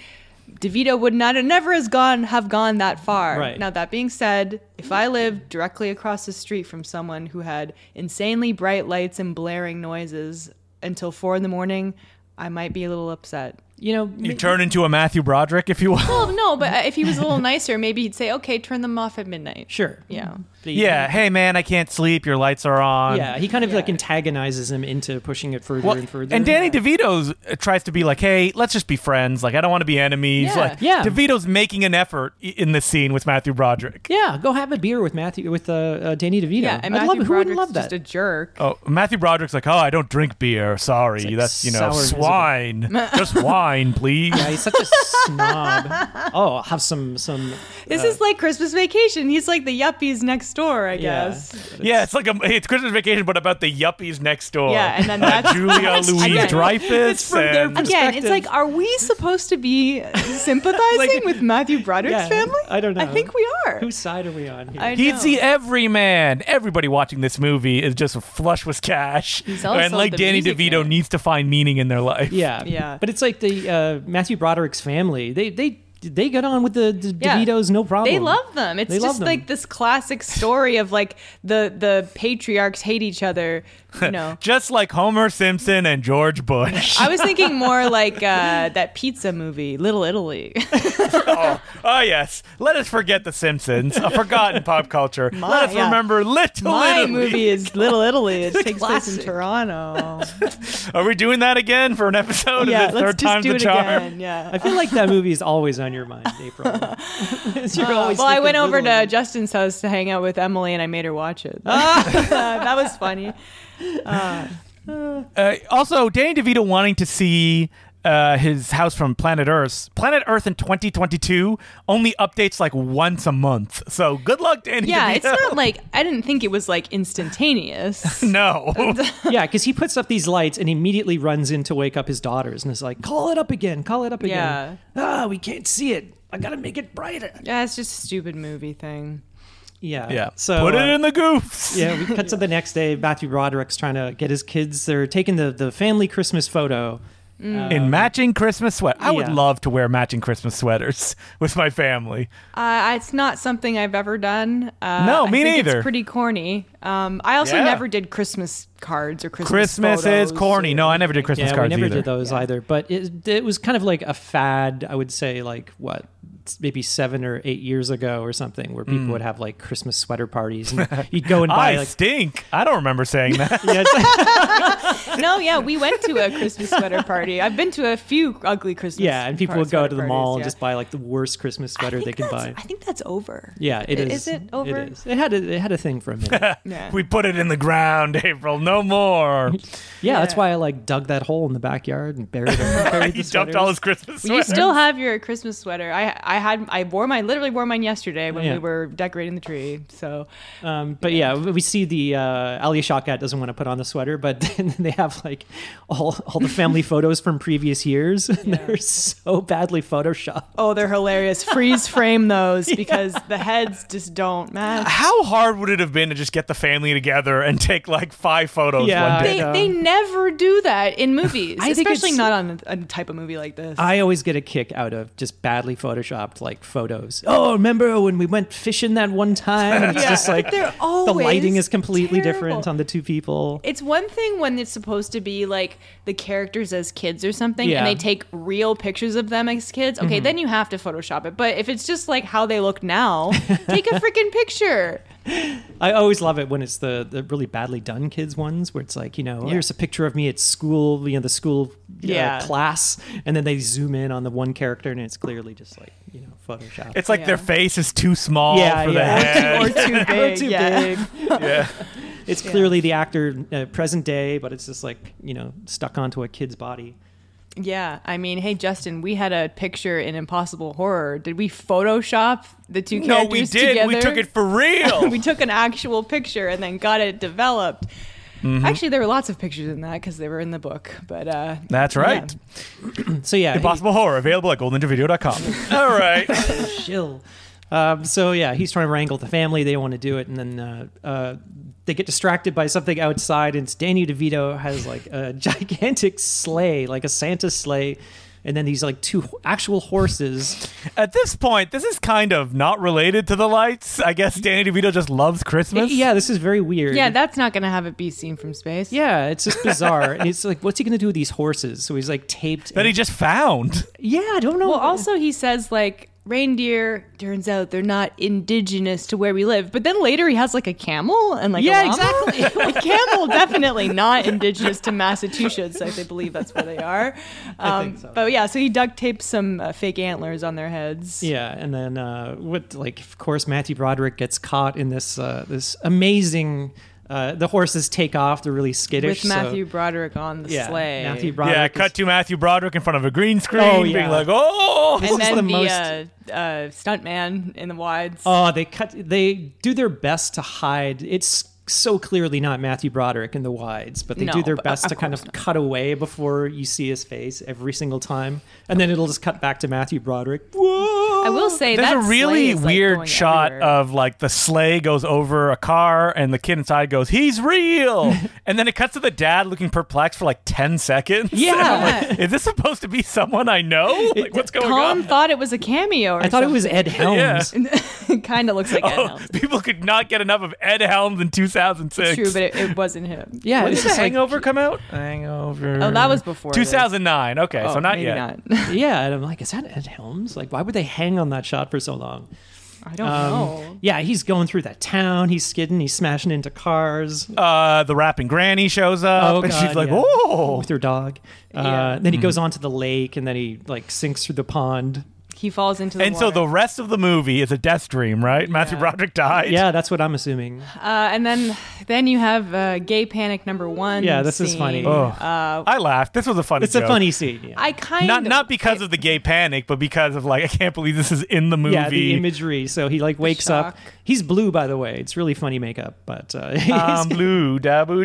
DeVito would not never has gone have gone that far. Right. Now that being said, if I lived directly across the street from someone who had insanely bright lights and blaring noises until four in the morning, I might be a little upset. You know, You turn into a Matthew Broderick if you will. Well, no, but uh, if he was a little nicer, maybe he'd say, "Okay, turn them off at midnight." Sure. Yeah. But he- Yeah, hey man, I can't sleep. Your lights are on. Yeah. He kind of like antagonizes him into pushing it further Well, and further. and Danny DeVito's uh, tries to be like, "Hey, let's just be friends. Like, I don't want to be enemies." Yeah. Like, Yeah. DeVito's making an effort i- in this scene with Matthew Broderick. Yeah. Go have a beer with Matthew with uh, uh Danny DeVito. Yeah, and I'd Matthew love who would Broderick's love that. just a jerk. Oh, Matthew Broderick's like, "Oh, I don't drink beer. Sorry, It's like that's you know sour swine, just wine, please. Yeah, he's such a snob. Oh, have some some. This Uh. is like Christmas vacation. He's like the yuppies next door, I Yeah. guess. Yeah, it's like a it's Christmas vacation, but about the yuppies next door. Yeah, and then that's- Julia that's- Louise Again, Dreyfus. from their and- pers- Again, it's Perspective. like, are we supposed to be sympathizing Like- with Matthew Broderick's Yeah, family? I don't I know. think we are. Whose side are we on here? I He'd know. see every man. Everybody watching this movie is just flush with cash, also and like the Danny music DeVito man. needs to find meaning in their life. yeah, Yeah. But it's like the uh, Matthew Broderick's family. They they they get on with the, the Yeah. DeVitos no problem. They love them. It's They love just them. like this classic story of like the the patriarchs hate each other. You know, just like Homer Simpson and George Bush. I was thinking more like uh, that pizza movie, Little Italy. oh yes, let us forget the Simpsons, a forgotten pop culture. let us yeah. remember Little My Italy. movie is Little Italy. It takes place classic. in Toronto. Are we doing that again for an episode? yeah, is it let's third just time's do the it charm? again. Yeah. I feel like that movie is always on your mind, April. You're Uh, always well, I thinking went over Little to Italy. Justin's house to hang out with Emily, and I made her watch it. that was funny. Uh, also, Danny DeVito wanting to see uh, his house from Planet Earth. Planet Earth in 2022 only updates like once a month. So good luck, Danny. Yeah, DeVito. it's not like I didn't think it was like instantaneous. no. yeah, because he puts up these lights and immediately runs in to wake up his daughters and is like, "Call it up again, call it up again." Ah, we can't see it. I gotta make it brighter. Yeah, it's just a stupid movie thing. Yeah. yeah. So put it uh, in the goofs. yeah, we cut to the next day. Matthew Broderick's trying to get his kids. They're taking the, the family Christmas photo. In matching Christmas sweat. I would Yeah. love to wear matching Christmas sweaters with my family. Uh, it's not something I've ever done. Uh, No, I me think neither. It's pretty corny. Um, I also Yeah. never did Christmas cards or Christmas. Christmas photos is corny. No, I never did Christmas yeah, we cards never either. did those either. But it, it was kind of like a fad. I would say like what maybe seven or eight years ago or something, where people would have like Christmas sweater parties. And you'd go and buy Hmm. I like. stink. I don't remember saying that. Yeah, it's- No, yeah, we went to a Christmas sweater party. I've been to a few ugly Christmas. yeah, and people par- would go sweater to the parties, mall and yeah. just buy like the worst Christmas I sweater they think can that's- buy. I think that's over. Yeah, it I- Is is. it over? It, is. it had a, it had a thing for a minute. yeah, Yeah. we put it in the ground, April. No more. that's why I like dug that hole in the backyard and buried it. buried the he dumped all sweaters. his Christmas Well, you sweaters. still have your Christmas sweater. I I had I wore mine literally wore mine yesterday when Yeah. we were decorating the tree. So Um, but yeah, we see the uh, Ali Shawkat doesn't want to put on the sweater, but then they have like all all the family photos from previous years. And They're so badly photoshopped. oh, they're hilarious. Freeze frame those because the heads just don't match. How hard would it have been to just get the family together and take like five photos Yeah. one day? They, know. they never do that in movies, I think especially it's- not on a, a type of movie like this. I always get a kick out of just badly photoshopped like photos. Oh, remember when we went fishing that one time? And It's Yeah, just like they're the lighting always is completely terrible. different on the two people. it's one thing when it's supposed to be like the characters as kids or something, Yeah. Mm-hmm. and they take real pictures of them as kids. Okay, then you have to Photoshop it. But if it's just like how they look now, take a freaking picture. I always love it when it's the, the really badly done kids ones where it's like, you know, here's a picture of me at school, you know, the school uh, Yeah. class, and then they zoom in on the one character and it's clearly just like, you know, Photoshop. It's like Yeah. their face is too small Yeah, for yeah. the head. or too Or big. too yeah. big. yeah. It's clearly the actor uh, present day, but it's just like, you know, stuck onto a kid's body. Yeah, I mean, hey Justin, we had a picture in Impossible Horror. Did we Photoshop the two No, we characters did. We together? took it for real. we took an actual picture and then got it developed. Mm-hmm. Actually, there were lots of pictures in that because they were in the book. But uh, That's right. So yeah, he- Impossible Horror available at goldenvintervideo.com. All right. chill. Um, so yeah, he's trying to wrangle the family. They don't want to do it, and then uh, uh, they get distracted by something outside. And it's Danny DeVito has like a gigantic sleigh, like a Santa sleigh, and then these like two actual horses. At this point, this is kind of not related to the lights. I guess Danny DeVito just loves Christmas. yeah, this is very weird. yeah, that's not going to have it be seen from space. yeah, it's just bizarre. and it's like, what's he gonna do with these horses? So he's like taped. That he and- just found. yeah, I don't know. Well, also he says like reindeer. Turns out they're not indigenous to where we live. But then later he has like a camel and like a Yeah, llama. exactly. a camel definitely not indigenous to Massachusetts. I believe that's where they are. Um, think so. But yeah, so he duct tapes some uh, fake antlers on their heads. Yeah, and then uh, what? Like, of course, Matthew Broderick gets caught in this uh, this amazing uh, the horses take off. They're really skittish. with Matthew so, Broderick on the yeah, sleigh. Matthew Broderick. Yeah, is- cut to Matthew Broderick in front of a green screen, Oh, being yeah. like, "Oh, and is then the the, most- uh, uh, stuntman in the wides. Oh, they cut. They do their best to hide. It's so clearly not Matthew Broderick in the wides, but they No, do their but- best of to kind of course cut away before you see his face every single time, and then it'll just cut back to Matthew Broderick. Whoa! I will say There's that a sleigh really is, like, weird going shot everywhere. of like the sleigh goes over a car and the kid inside goes, He's real. and then it cuts to the dad looking perplexed for like 10 seconds. Yeah. And I'm like, Is this supposed to be someone I know? Like, what's going Tom on? thought it was a cameo. Or I thought it was Oh, Ed Yeah. Helms. it kind of looks like Ed Helms. Oh, People could not get enough of Ed Helms in 2006. It's true, but it, it wasn't him. Yeah, when it's did the just like- Hangover come out? Hangover. Oh, that was before this. 2009. Okay, Oh, so not maybe yet. not. yeah, and I'm like, is that Ed Helms? Like, why would they hang on that shot for so long? I don't Um, know. Yeah, he's going through that town. He's skidding. He's smashing into cars. Uh, the rapping granny shows up Oh, and she's God, like, Mm-hmm. yeah. "Oh, with her dog. Uh, Yeah. Then he goes onto the lake, and then he like sinks through the pond. He falls into the And so the water. rest of the movie is a death dream, right? Matthew Broderick died. Yeah, that's what I'm assuming. uh, and then then you have uh, gay panic number one. Yeah, this is scene. funny. Ugh. Uh, I laughed. This was a funny. It's a joke. funny scene. Yeah. I kind Not of not because of the gay panic, but because of like I can't believe this is in the movie. Yeah, the imagery. So he like wakes up. shock. He's blue, by the way. It's really funny makeup, but uh, he's- I'm blue, Um, dabu,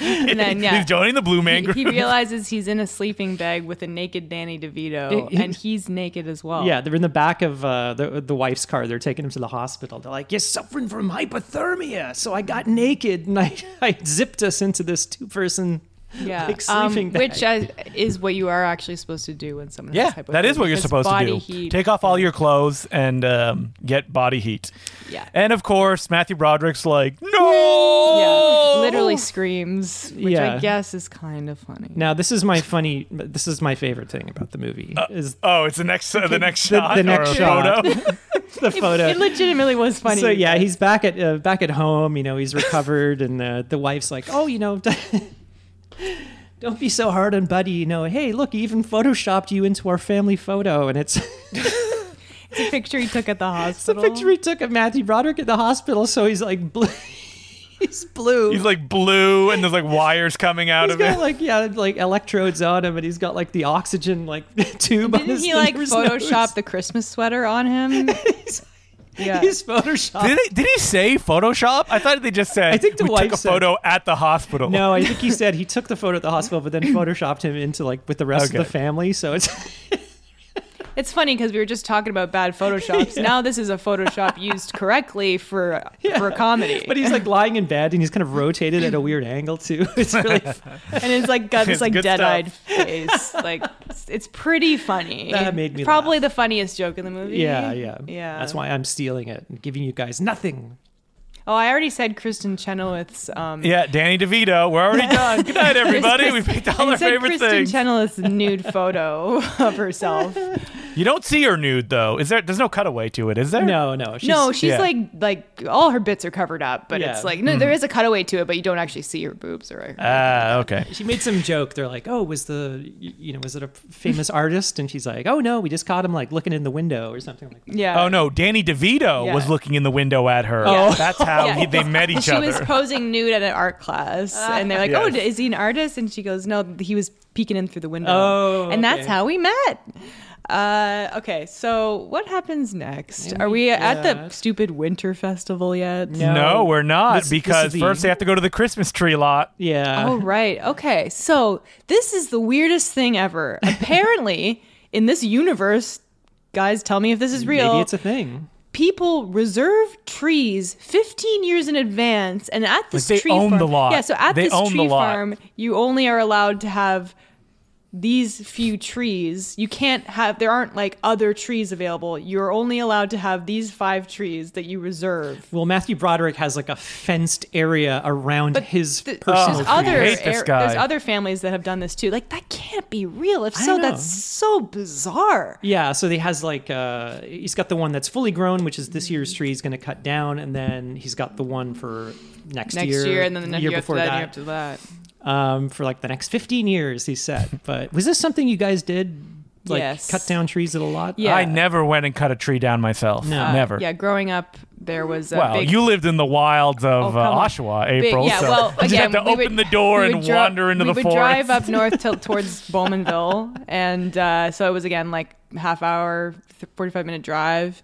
and then yeah. He's joining the Blue Man he, Group. he realizes he's in a sleeping bag with a naked Danny DeVito, It- it- and he's naked as well. yeah, they're in the back of uh, the the wife's car. They're taking him to the hospital. They're like, "You're suffering from hypothermia." So I got naked and I, I zipped us into this two person yeah, like Um, sleeping bag. which uh, is what you are actually supposed to do when someone yeah, has hypothermia. that is what you're because supposed to body do. Heat, Take off all your clothes and um, get body heat. yeah, And of course, Matthew Broderick's like, no, yeah, literally screams, which Yeah. I guess is kind of funny. Now, this is my funny. This is my favorite thing about the movie is Oh, it's the next uh, the next The- shot. the next or a shot. Photo. the photo. It legitimately was funny. so yeah, he's back at uh, back at home. You know, he's recovered, and uh, the wife's like, "Oh, you know, don't be so hard on Buddy. You know, hey, look, he even photoshopped you into our family photo, and it's it's a picture he took at the it's a hospital. picture he took of Matthew Broderick at the hospital. So he's like blue. he's blue. He's like blue, and there's like wires coming out He's of it. got like yeah, like electrodes on him, and he's got like the oxygen like tube. on Didn't his he like nose. Photoshop the Christmas sweater on him? yeah. He's photoshopped. Did, they, did he say Photoshop? I thought they just said uh I think the we wife took a said- photo at the hospital. No, I think he said he took the photo at the hospital, but then photoshopped him into like with the rest Okay. of the family. So it's It's funny because we were just talking about bad photoshops. Now this is a Photoshop used correctly for for comedy, but he's like lying in bed and he's kind of rotated at a weird angle too. It's really and it's like got It's this like good stuff. dead eyed face. Like it's, it's pretty funny. That made me probably the funniest joke in the movie. yeah, yeah, yeah. That's why I'm stealing it and giving you guys nothing. Oh, I already said Kristen Chenoweth's. Um, Yeah, Danny DeVito. We're already done. Good night, everybody. We Kristen- picked all I our said favorite Kristen things. Chenoweth's nude photo of herself. you don't see her nude though. Is there? There's no cutaway to it, is there? No, no, she's, Er, no, she's yeah. like like all her bits are covered up, but Yeah. Mm-hmm. Uh, it's like no, there is a cutaway to it, but you don't actually see her boobs or. Her. Ah, okay. She made some joke. They're like, "Oh, was the y- you know was it a famous artist?" And she's like, "Oh no, we just caught him like looking in the window or something like that." yeah. Oh no, Danny DeVito Yeah. was looking in the window at her. Yeah. That's how Yeah. he, they met each she other. was posing nude at an art class, and they're like, "Oh, Yes. is he an artist?" And she goes, "No, he was peeking in through the window." Oh, and that's okay. how we met. Uh, okay, so what happens next? Are we at yeah. the stupid winter festival yet? No. no. we're not This- this because is the- first they have to go to the Christmas tree lot. Yeah. Oh right. Okay. So this is the weirdest thing ever. Apparently, in this universe, guys, tell me if this is real. Maybe it's a thing. people reserve trees 15 years in advance and at this Like, they tree own farm the lot. yeah so at They this own the tree lot. farm you only are allowed to have these few trees you can't have there aren't like other trees available you're only allowed to have these five trees that you reserve Well, Matthew Broderick has like a fenced area around his Th- personal there's tree. other hate this ar- guy. there's other families that have done this too like that can't be real if so know. that's so bizarre Yeah, so he has like uh, he's got the one that's fully grown, which is this Mm-hmm. year's tree he's going to cut down, and then he's got the one for next, next year, and then the next year, after that, and year after that um, for like the next fifteen years. He said, but was this something you guys did? Like Yes. cut down trees at a lot? Yeah. I never went and cut a tree down myself. No. Uh, never. yeah growing up th- there was a Well, big, you lived in the wilds of Oh, uh, come on. Oshawa, big- April. yeah, so well, you just again, have to we would- open the door we and would dri- wander into we the would forest. drive up north till towards Bowmanville, and uh, so it was again like half hour, th- forty five minute drive,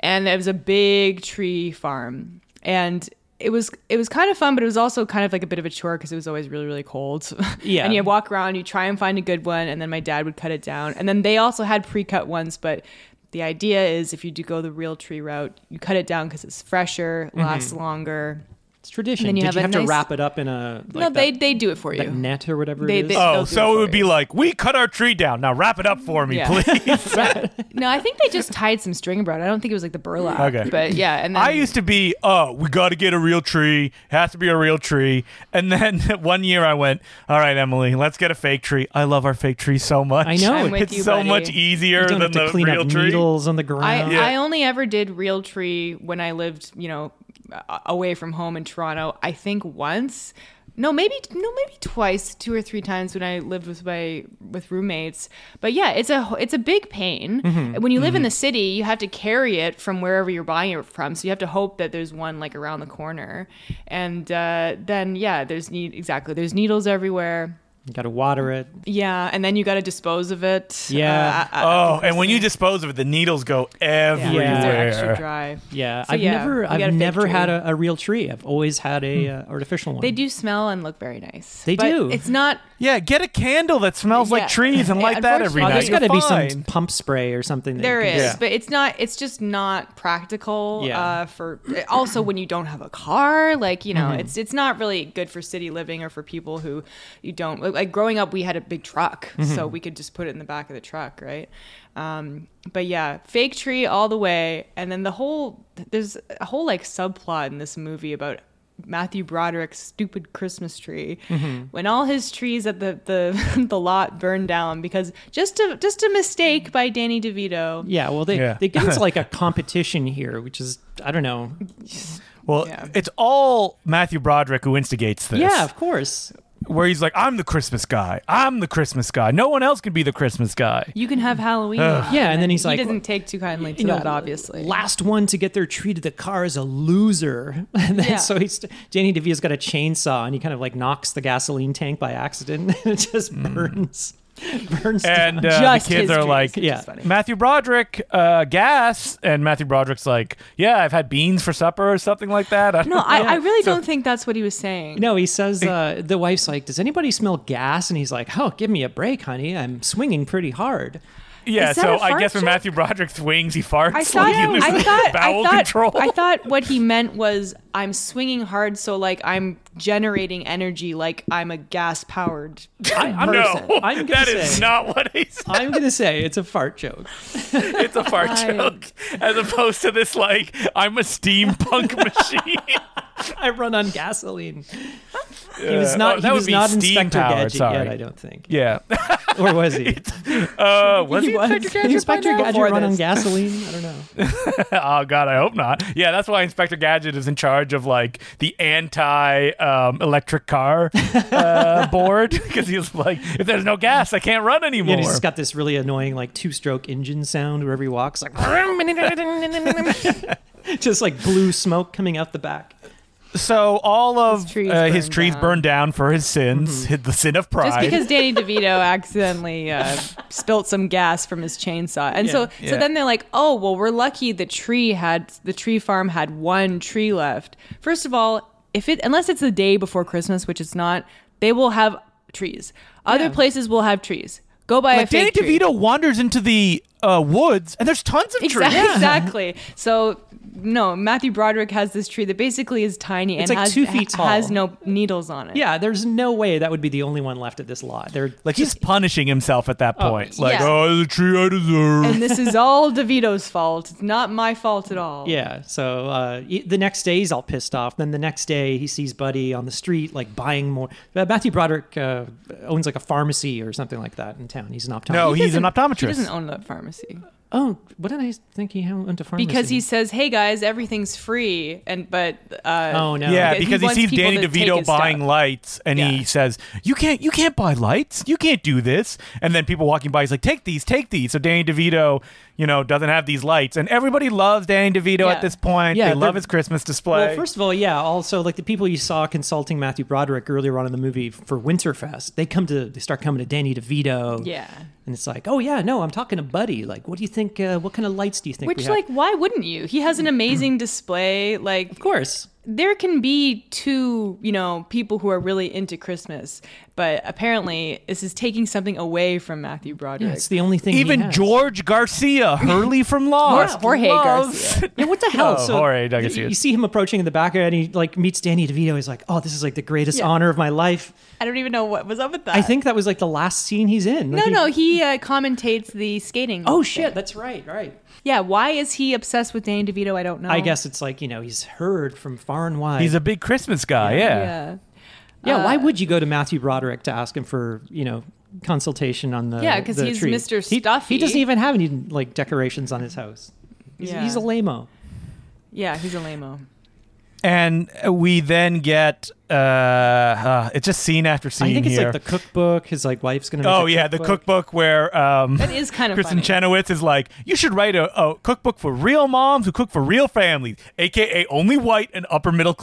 and it was a big tree farm, and it was it was kind of fun, but it was also kind of like a bit of a chore because it was always really really cold. Yeah. and you walk around, you try and find a good one, and then my dad would cut it down, and then they also had pre cut ones, but. The idea is if you do go the real tree route, you cut it down because it's fresher, Mm-hmm. lasts longer. It's tradition. And then you Did have you a have to nice- wrap it up in a like no, that, they they do it for you. that net or whatever They- it is? they- Oh, They'll do it so it for would be you. like, we cut our tree down. Now wrap it up for me, Yeah. please. No, I think they just tied some string about it. I don't think it was like the burlap. Okay. But yeah, and then I used to be, oh, we got to get a real tree. Has to be a real tree. And then one year I went, all right, Emily, let's get a fake tree. I love our fake tree so much. I know. I'm with It's you, so buddy. much You easier than don't have to the clean real up tree. needles on the I, ground. Yeah. I only ever did real tree when I lived, you know, a- away from home in Toronto. I think once. No, maybe no, maybe twice, two or three times when I lived with my with roommates. But yeah, it's a ho- it's a big pain. When you live in the city, you have to carry it from wherever you're buying it from. So you have to hope that there's one like around the corner, and uh, then yeah, there's need exactly there's needles everywhere. you got to water it. Yeah, and then you got to dispose of it. Yeah. Uh, I- I- Oh, and when you dispose of it, the needles go yeah, 'cause they're extra Oh, everywhere. dry. Yeah, So, I've yeah, never, you got a I've fake never tree. Hmm. had a, a real tree. I've always had a uh, artificial one. They do smell and look very nice. They but do. It's not. Yeah, get a candle that smells Yeah. like trees and Yeah, light that unfortunately- every Oh, Well, night. there's got to You're be some fine. pump spray or something. that There you can is, get. Yeah. but it's not. It's just not practical. Yeah. Uh, for also when you don't have a car, like you know, it's it's not really good for city living or for people who you don't like, like. Growing up, we had a big truck, so we could just put it in the back of the truck, right? Um, but yeah, fake tree all the way, and then the whole there's a whole like subplot in this movie about Matthew Broderick's stupid Christmas tree when all his trees at the the, the lot burned down because just a just a mistake by Danny DeVito. Yeah, well, they Yeah. they give us like a competition here, which is I don't know. Well, Yeah. it's all Matthew Broderick who instigates this. Yeah, of course. Where he's like, I'm the Christmas guy. I'm the Christmas guy. No one else can be the Christmas guy. You can have Halloween. Yeah, and then he's like, he doesn't take too kindly to you know, that, obviously. last one to get their tree to the car is a loser. And then Yeah. so he's Danny DeVito's got a chainsaw and he kind of like knocks the gasoline tank by accident and it just burns, burns. Mm. And down. uh, Just the kids his are trees, like, which yeah. is funny. Matthew Broderick, uh, gas. And Matthew Broderick's like, yeah, I've had beans for supper or something like that. I don't No, know. I, I really don't think that's what he was saying. no, he says uh, the wife's like, "Does anybody smell gas?" And he's like, "Oh, give me a break, honey. I'm swinging pretty hard." yeah, Is that so a I fart guess when joke? Matthew Broderick swings, he farts. I thought, like, he loses I thought, bowel I thought, control. I thought what he meant was I'm swinging hard, so like I'm generating energy, like I'm a gas powered. I, am no, I'm gonna that say, is not what he said. I'm gonna say it's a fart joke. It's a fart I- joke, as opposed to this like I'm a steampunk machine. I run on gasoline. He was not. Oh, he was not steam Inspector powered, Gadget sorry. yet. I don't think. Yeah. Or was he? Uh, was he, Inspector Gadget? by Inspector now? Gadget Before run on this. gasoline? I don't know. oh God, I hope not. Yeah, that's why Inspector Gadget is in charge of like the anti um, electric car uh, board because he's like, if there's no gas, I can't run anymore. And he's just got this really annoying like two-stroke engine sound wherever he walks, like just like blue smoke coming out the back. so all of His trees uh, his burned trees down. Mm-hmm. burned down for his sins, his, the sin of pride. Just because Danny DeVito accidentally uh, spilt some gas from his chainsaw, and so Yeah. Yeah. so then they're like, oh well, we're lucky the tree had the tree farm had one tree left. First of all, if it unless it's the day before Christmas, which it's not, they will have trees. Other places will have trees. Go buy a like Danny fake tree. DeVito wanders into the uh, woods and there's tons of Exactly. trees. exactly. So no, Matthew Broderick has this tree that basically is tiny It's and like has, two feet ha- has tall. no needles on it. Yeah, there's no way that would be the only one left at this lot. They're Like he's punishing himself at that point. like, yeah. oh, the tree I deserve. And this is all DeVito's fault. It's not my fault at all. Yeah. So uh, he- the next day he's all pissed off. Then the next day he sees Buddy on the street like buying more. Uh, Matthew Broderick uh, owns like a pharmacy or something like that in town. He's an optometrist. no, he's an doesn't- optometrist. He doesn't own that pharmacy. oh, what did I think he went to pharmacy? because he says, "Hey guys, everything's free," and but uh, Oh, no. because Yeah, he because he, wants sees people Danny to take DeVito his buying stuff. lights, and he Yeah. says, "You can't, you can't buy lights. You can't do this." And then people walking by, he's like, "Take these, take these." So Danny DeVito, you know, doesn't have these lights, and everybody loves Danny DeVito Yeah. at this point. Yeah, they love they're- his Christmas display. Well, first of all, yeah. Also, like the people you saw consulting Matthew Broderick earlier on in the movie for Winterfest, they come to they start coming to Danny DeVito. Yeah. and it's like, oh yeah, no, I'm talking to Buddy. Like, what do you think? Uh, what kind of lights do you think? we Which, have? like, why wouldn't you? He has an amazing display. Like, of course. there can be two, you know, people who are really into Christmas, but apparently this is taking something away from Matthew Broderick. Yeah, it's the only thing. he Even has. George Garcia, Hurley from Lost, Jorge loves- Garcia. Yeah, what the hell? Oh, so Jorge, I can you, see it. you see him approaching in the back, and he like meets Danny DeVito. He's like, oh, this is like the greatest Yeah. honor of my life. I don't even know what was up with that. I think that was like the last scene he's in. No, Like, he- no, he uh, commentates the skating. Oh shit, that's right, right. yeah. Why is he obsessed with Danny DeVito? I don't know. I guess it's like you know he's heard from far and wide. He's a big Christmas guy. Yeah. Yeah. Yeah, why Uh, would you go to Matthew Broderick to ask him for you know consultation on the Yeah, 'cause the he's tree? Mr. He- He, Stuffy. doesn't even have any like decorations on his house. He's, Yeah. he's a lameo. Yeah, he's a lameo. And we then get uh, uh it's just scene after scene I think it's here. like the cookbook. His like wife's gonna. Make Oh a yeah, the cookbook where um, That is kind of Kristen funny. Chenoweth is like, you should write a, a cookbook for real moms who cook for real families, aka only white and upper middle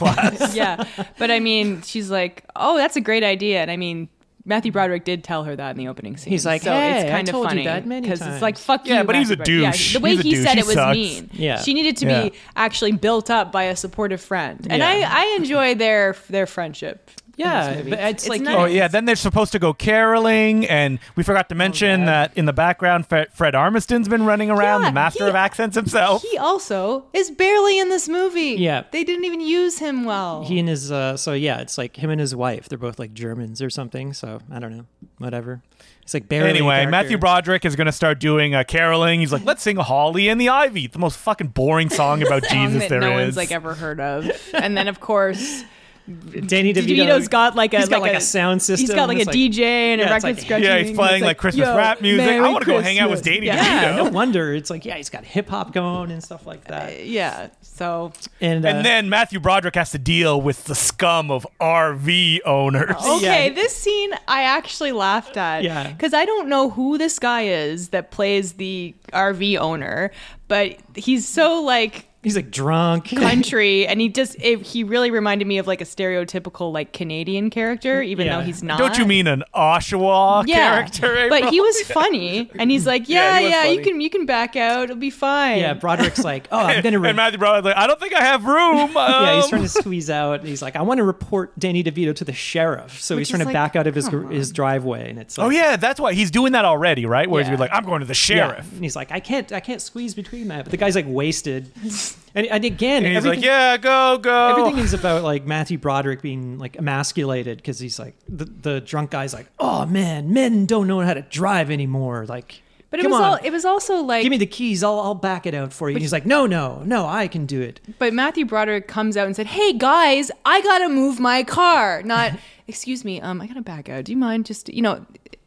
class. yeah, but I mean, she's like, "Oh, that's a great idea," and I mean. Matthew Broderick did tell her that in the opening scene. He's like, so "Hey, I it's kind of told you funny that many it's like, times." fuck you. Yeah, but he's a Matthew Broderick. douche. Yeah, the way He's a he douche. said He it was sucks. mean. Yeah. she needed to Yeah. be actually built up by a supportive friend, and Yeah. I, I enjoy their their friendship. in Yeah, this movie. but it's like- nice. oh yeah, then they're supposed to go caroling, and we forgot Oh, to mention that in the background, Fre- Fred Armisten's been running around, Yeah, the master he- of accents himself. he also is barely in this movie. Yeah. they didn't even use him well. He and his uh, so yeah, it's like him and his wife. They're both like Germans or something. So I don't know, whatever. It's like barely. a Anyway, character. Matthew Broderick is going to start doing uh, caroling. He's like, let's sing Holly and the Ivy, the most fucking boring song about song Jesus that there no is. one's like ever heard of. And then of course, Danny DeVito. DeVito's got like a he's got like a, a sound He's system. got like a It's like- DJ and yeah, a it's record like- scratching. Yeah, he's playing, It's like, Christmas yo, rap music. I Merry wanna go hang out with Christmas. Danny Yeah. Yeah, no wonder it's like yeah, he's got hip hop going and stuff like that. Yeah. So And, uh, and then Matthew Broderick has to deal with the scum of RV Oh, owners. okay, Yeah. this scene I actually laughed at. Yeah. Because I don't know who this guy is that plays the RV owner, but he's so like he's like drunk. country and he just it, he really reminded me of like a stereotypical like Canadian character even Yeah. though he's not. Don't you mean an Oshawa character? April? But he was funny, and he's like, Yeah, "Yeah, he was yeah, you funny. can you can back out. It'll be fine." Yeah, Broderick's like, oh, I'm gonna. Re- and Matthew Broderick's like, I don't think I have room. yeah, he's um." trying to squeeze out. and He's like, I want to report Danny DeVito to the sheriff. So Which he's trying is to like, back out of his come his driveway, and it's like, Oh yeah, that's why he's doing that already, right? Where Yeah. you're like, I'm going to the yeah. sheriff. And he's like, I can't, I can't squeeze between that. But the guy's like wasted, and, and again, And he's everything, like, Yeah, go, go. Everything is about like Matthew Broderick being like emasculated because he's like the, the drunk guy's like, oh man, men don't know how to drive anymore. Like, but it come was on, all it was also like. give me the keys, I'll I'll back it out for you. And he's like, no, no, no, I can do it. but Matthew Broderick comes out and said, "Hey guys, I gotta move my car." Not, excuse me, um, I gotta back out. Do you mind just you know?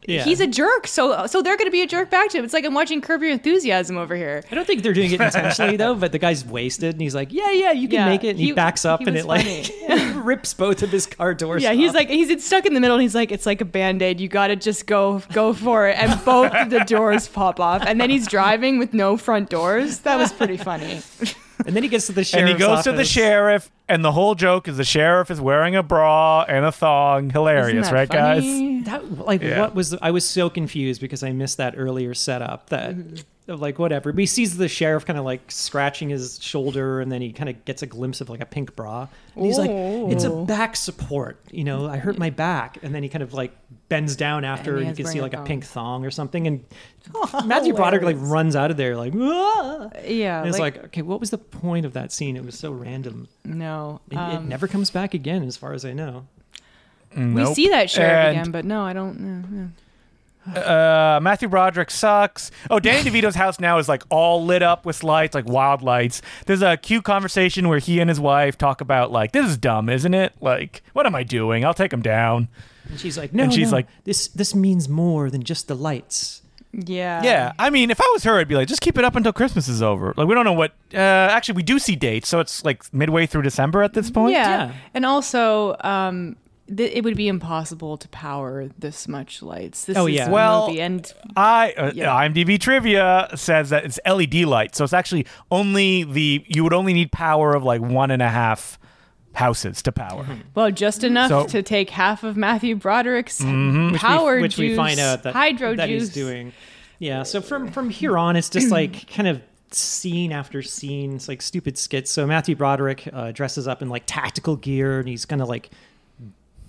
Yeah. He's a jerk, so so they're gonna be a jerk back to him. It's like I'm watching Curb Your Enthusiasm over here. I don't think they're doing it intentionally though, but the guy's wasted and he's like, "Yeah, yeah, you can Yeah, make it." And he, he- backs up he and was it like rips both of his car doors. Yeah, he's off. like he's it's stuck in the middle. And he's like it's like a band aid. You gotta just go go for it, and both of the doors pop off. And then he's driving with no front doors. That was pretty funny. and then he gets to the and sheriff's he goes to the office. sheriff, and the whole joke is the sheriff is wearing a bra and a thong. Isn't Hilarious, that right, guys? funny? That like Yeah. what was I was so confused because I missed that earlier setup that. of, Like whatever, but he sees the sheriff kind of like scratching his shoulder, and then he kind of gets a glimpse of like a pink bra. And he's like, "It's a Ooh. back support, you know. I hurt my back." And then he kind of like bends down he after, and you is can see wearing a like a thong. pink thong or something. And Matthew Broderick like runs out of there like, "Ah!" Oh, Yeah, And it's like, okay, what was the point of that scene? It was so random. no. It, it um, never comes back again, as far as I know. we Nope. see that sheriff And- again, but no, I don't. know. uh, Matthew Broderick sucks. Oh, Danny DeVito's house now is like all lit up with lights, like wild lights. There's a cute conversation where he and his wife talk about like, this is dumb, isn't it? Like, what am I doing? I'll take him down. And she's like, no, And she's no, like- this this means more than just the lights. Yeah. Yeah, I mean, if I was her, I'd be like, just keep it up until Christmas is over. Like, we don't know what. Uh, actually, we do see dates, so it's like midway through December at this point. Yeah. Yeah. And also, um, th- it would be impossible to power this much lights. This Oh, is yeah. a Well, movie, and I uh, Yeah. IMDb trivia says that it's LED light, so it's actually only the you would only need power of like one and a half houses to power. well, just enough So- to take half of Matthew Broderick's we- power Mm-hmm. which juice, we find out that hydro that juice. he's doing. Yeah. So from from here on, it's just like kind of scene after scene. It's like stupid skits. So Matthew Broderick uh, dresses up in like tactical gear, and he's gonna like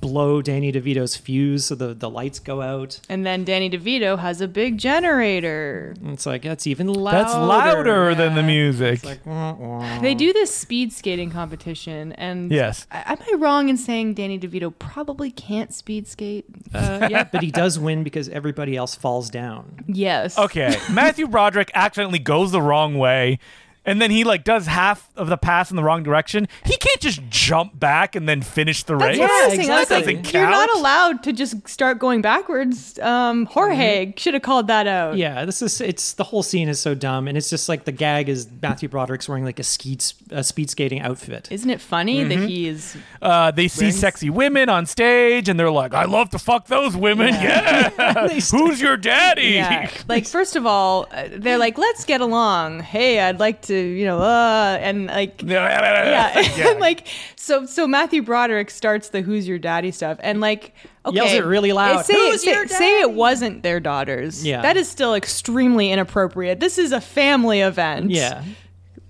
blow Danny DeVito's fuse so the the lights go out. And then Danny DeVito has a big generator. And it's like that's even louder. That's louder than the music. Like, wah, wah. They do this speed skating competition, and Yes. I- am I wrong in saying Danny DeVito probably can't speed skate? Uh, yeah, but he does win because everybody else falls down. Yes. Okay, Matthew Broderick accidentally goes the wrong way, and then he like does half of the pass in the wrong direction. He can't just jump back and then finish the That's race. what I was Yeah, saying. I was exactly. like, Doesn't you're not count. allowed to just start going backwards. Um, Jorge should have called that out. Mm-hmm. Yeah, this is it's the whole scene is so dumb, and it's just like the gag is Matthew Broderick's wearing like a ski a speed skating outfit. Isn't it funny Mm-hmm. that he is? Uh, they see Rings. sexy women on stage, and they're like, "I love to fuck those women." Yeah, who's your daddy? Yeah. like, first of all, uh, they're like, let's get along. Hey, I'd like to, you know, uh, and like, yeah. I'm like, so, so Matthew Broderick starts the "Who's Your Daddy" stuff, and like, okay, Yells it really loud. Say, Who's say, your say it wasn't their daughters. Yeah. that is still extremely inappropriate. This is a family event. Yeah,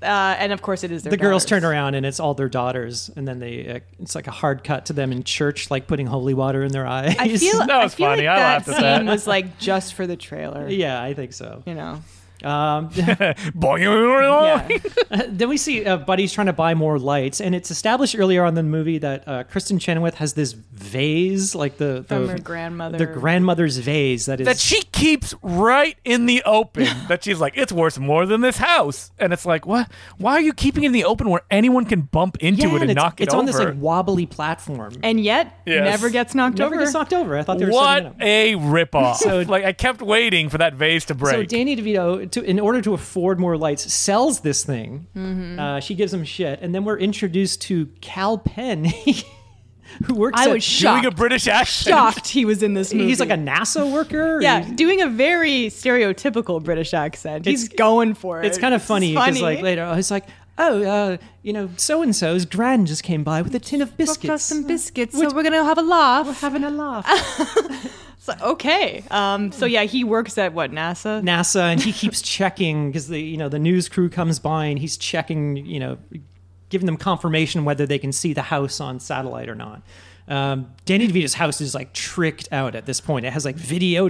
uh, and of course, it is their. the girls daughters. turn around and it's all their daughters, and then they uh, it's like a hard cut to them in church, like putting holy water in their eyes. I feel, That was I feel funny. like I that laughed at that. scene was like just for the trailer. yeah, I think so. You know. Um, Boing. Oh, Yeah. then we see uh, Buddy's trying to buy more lights, and it's established earlier on in the movie that uh, Kristen Chenoweth has this vase, like the, the From her grandmother. the grandmother's vase that is That she keeps right in the open. that she's like, it's worth more than this house, and it's like, what? Why are you keeping it in the open where anyone can bump into yeah, it and it's, knock it it's over? on this like wobbly platform. and yet Yes. never gets knocked Never over. gets knocked over. I thought they were setting what it up. a ripoff! So- like, I kept waiting for that vase to So break. Danny DeVito, to, in order to afford more lights, sells this thing. Mm-hmm. Uh, she gives him shit, and then we're introduced to Cal Penn, who works. I at, was Doing a shocked. British accent. Shocked he was in this movie. He's like a NASA worker. yeah, He's- doing a very stereotypical British accent. He's It's- going for it. it's kind of funny because like funny. later I was like, oh, uh, you know, so and so's grand just came by with a tin of Booked us biscuits. some biscuits, Which- so we're gonna have a laugh. We're having a laugh. So- okay. Um. So yeah, he works at what NASA. NASA, and he keeps checking because the you know the news crew comes by and he's checking you know, giving them confirmation whether they can see the house on satellite or not. Um, Danny DeVito's house is like tricked out at this point. It has like video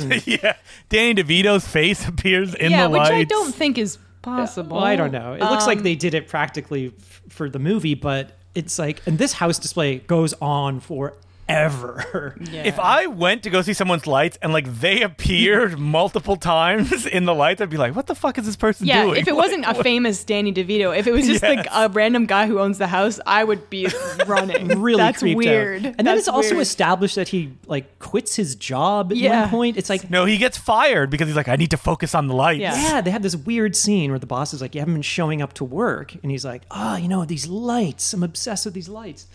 and yeah, Danny DeVito's face appears in yeah, the which lights. I don't think is possible. well, I don't know. It looks Um, like they did it practically f- for the movie, but it's like and this house display goes on forever. Yeah. If I went to go see someone's lights and like they appeared multiple times in the lights, I'd be like, "What the fuck is this person yeah, doing?" if it wasn't a famous Danny DeVito, if it was just like a random guy who owns the house, I would be running. really That's creeped out. weird. And then That's it's also weird. established that he like quits his job at Yeah. one point. It's like no, he gets fired because he's like, "I need to focus on the lights." Yeah. yeah, they have this weird scene where the boss is like, "You haven't been showing up to work," and he's like, "Oh, you know these lights. I'm obsessed with these lights,"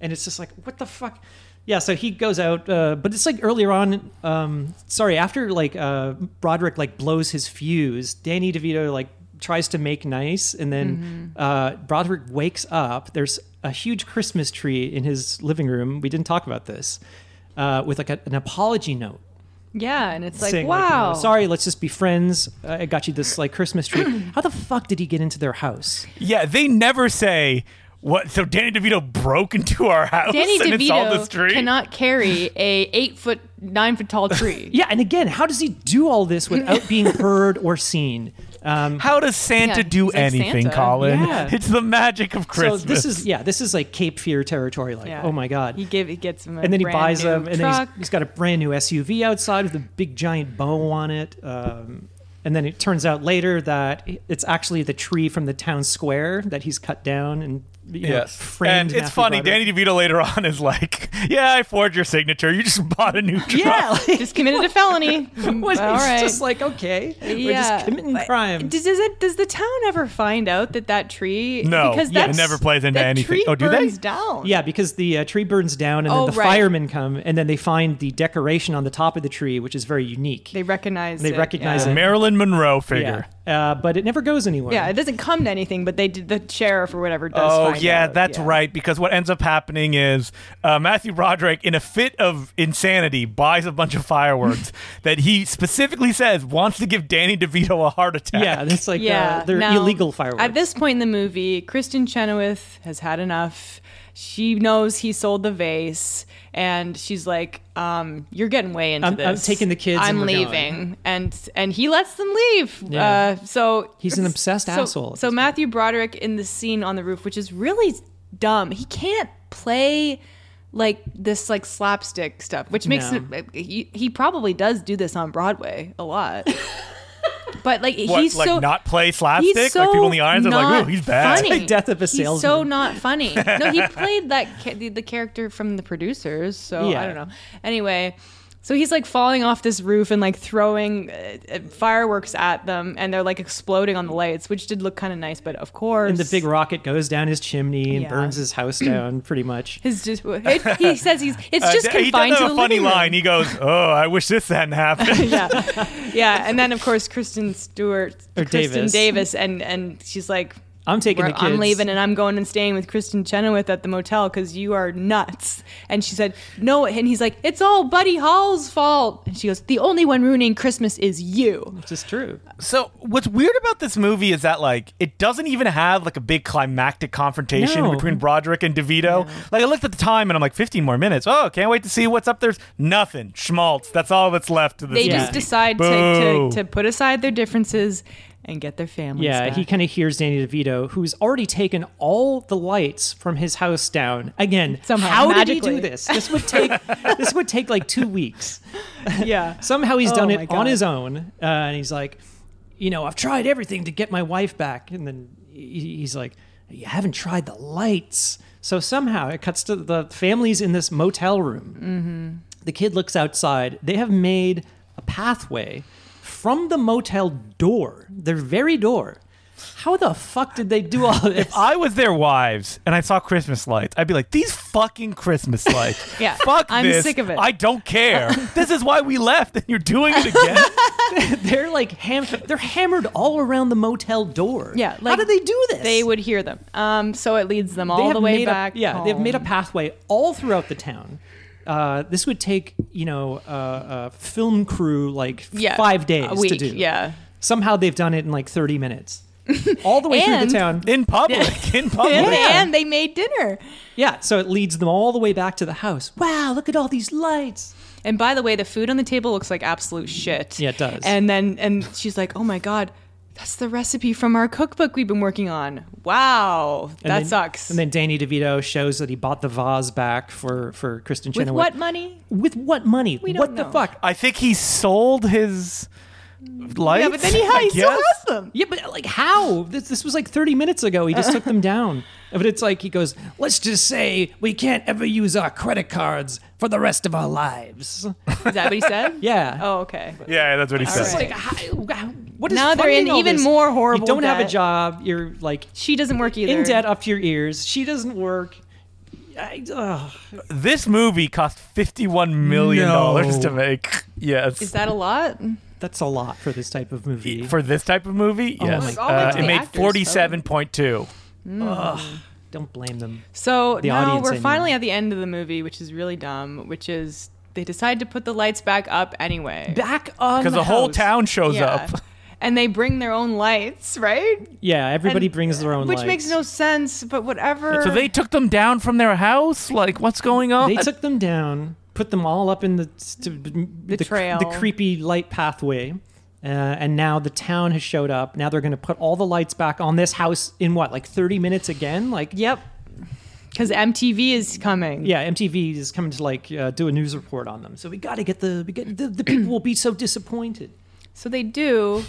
and it's just like, "What the fuck." Yeah, so he goes out, uh, but it's like earlier on. Um, sorry, after like uh, Broderick like blows his fuse, Danny DeVito like tries to make nice, and then uh, Broderick wakes up. There's a huge Christmas tree in his living room. We didn't talk about this uh, with like a, an apology note yeah, and it's like saying, like, you know, wow. sorry, let's just be friends. Uh, I got you this like Christmas tree. How the fuck did he get into their house? yeah. They never say what. So Danny DeVito broke into our house Danny and it's all DeVito this tree. cannot carry a eight foot, nine foot tall tree. Yeah, and again, how does he do all this without being heard or seen? Um, How does Santa Yeah, do it's like anything, Santa. Colin? Yeah. It's the magic of so Christmas. this is yeah, this is like Cape Fear territory. Like, Yeah. oh my god. He give he gets him, a and then he brand buys new them, and then truck. he's, he's got a brand new SUV outside with a big giant bow on it. Um, and then it turns out later that it's actually the tree from the town square that he's cut down and you know, framed and it's Matthew funny. Broderick. Danny DeVito later on is like, "Yeah, I forged your signature. You just bought a new truck." Yeah, like, Just committed a felony. what- All it's right. just like okay, we're Yeah. just committing But crime. Does, does it? Does the town ever find out that that tree? No, because it that's, never plays into that anything. Tree Oh, do they? burns down. Yeah, because the uh, tree burns down, and Oh, then the right. firemen come, and then they find the decoration on the top of the tree, which is very unique. they recognize. They it, recognize yeah. it. Marilyn Monroe yeah, figure. uh, but it never goes anywhere. Yeah, it doesn't come to anything, but they did the sheriff or whatever does. Oh find yeah, out, that's yeah. right. Because what ends up happening is uh, Matthew Broderick, in a fit of insanity, buys a bunch of fireworks that he specifically says wants to give Danny DeVito a heart attack. yeah, it's like Yeah, uh, they're now, illegal fireworks. At this point in the movie, Kristen Chenoweth has had enough. She knows he sold the vase, and she's like, um, "You're getting way into I'm- this. I'm taking the kids and I'm we're going." leaving." And and he lets them leave. Yeah. Uh, so He's an obsessed so- asshole at So this Matthew Broderick in the scene on the roof, which is really dumb. He can't play like this like slapstick stuff which makes No. it he, he probably does do this on broadway a lot but like What, he's like so not play slapstick? He's so like people in the audience are like, not ooh, he's bad. Funny. Like Death of a He's so Salesman. not funny. No, he played that ca- the, the character from the producers. So I Yeah. don't know. Anyway, so he's like falling off this roof and like throwing uh, uh, fireworks at them, and they're like exploding on the lights, which did look kind of nice. But of course, and the big rocket goes down his chimney and Yeah. burns his house down, pretty much. his just it, he says he's it's Uh, just d- he does confined have to a the funny living room. line. He goes, "Oh, I wish this hadn't happened." yeah, yeah, and then of course Kristen Stewart, Or Kristen Davis. Davis, and and she's like, I'm taking "We're- the I'm kids." leaving, and I'm going and staying with Kristen Chenoweth at the motel because you are nuts." And she said, "No," and he's like, "It's all Buddy Hall's fault." And she goes, "The only one ruining Christmas is you." Which is true. So what's weird about this movie is that like it doesn't even have like a big climactic confrontation No. between Broderick and DeVito. Like I looked at the time and I'm like 15 more minutes. Oh, can't wait to see what's up there's nothing. Schmaltz. That's all that's left to this. They movie. just decide to, Boo. to to put aside their differences and get their families. Yeah, back. he kind of hears Danny DeVito, who's already taken all the lights from his house down. Again, Somehow, how did he do magically. this? This would take this would take like two weeks. yeah. Somehow he's Oh done my it God. on his own, uh, and he's like, you know, I've tried everything to get my wife back, and then he- he's like, you haven't tried the lights. So somehow it cuts to the families in this motel room. Mm-hmm. The kid looks outside. They have made a pathway from the motel door, their very door. How the fuck did they do all this? If I was their wives and I saw Christmas lights, I'd be like, "These fucking Christmas lights! Yeah, fuck I'm this. sick of it." I don't care. this is why we left, and you're doing it again." they're like ham- they're hammered all around the motel door. Yeah, how like, did they do this? They would hear them. Um, so it leads them They all have the way made a- back. yeah, they've made a home. pathway all throughout the town. Uh, this would take you know uh, a film crew like f- Yeah, five days a week, to do. yeah. Somehow they've done it in like thirty minutes, all the way through And- the town. in public, in public. And, Yeah. and they made dinner. Yeah, so it leads them all the way back to the house. Wow, look at all these lights. And by the way, the food on the table looks like absolute shit. Yeah, it does. And then and she's like, "Oh my god, that's the recipe from our cookbook we've been working on. Wow, And that then- sucks." And then Danny DeVito shows that he bought the vase back for for Kristen With Chenoweth. what money? With what money? We don't what the know. fuck? I think he sold his lights. Yeah, but then he, I he still guess. has them. Yeah, but like how? This, this was like 30 minutes ago. He just took them down. But it's like he goes, let's just say we can't ever use our credit cards for the rest of our lives. Is that what he said? Yeah. Oh, okay. Yeah, that's what he right. said. It's like, how, what is Now they're funding in all even this? more horrible You don't have debt. a job. You're like She doesn't work either. in debt uh, up to your ears. She doesn't work. I, ugh. This movie cost fifty-one million dollars No. to make. Yes. E, Is that a lot? That's a lot for this type of movie. for this type of movie? Oh yes. my- Uh, All went to it the made actors, though. forty-seven point two. don't blame them. So The now audience, I we're mean. finally at the end of the movie, which is really dumb. Which is they decide to put the lights back up anyway. Back on Because the whole house. town shows up. And they bring their own lights, right? Yeah, everybody And- brings their own. Which lights. makes no sense, but whatever. So they took them down from their house? Like, what's going on? They took them down, put them all up in the to, the, trail. the creepy light pathway, uh, and now the town has showed up. Now they're going to put all the lights back on this house in what, like thirty minutes again? Like, Yep. Because MTV is coming. yeah, MTV is coming to like uh, do a news report on them. So we got to get the we get the, the people will be so disappointed. So they do.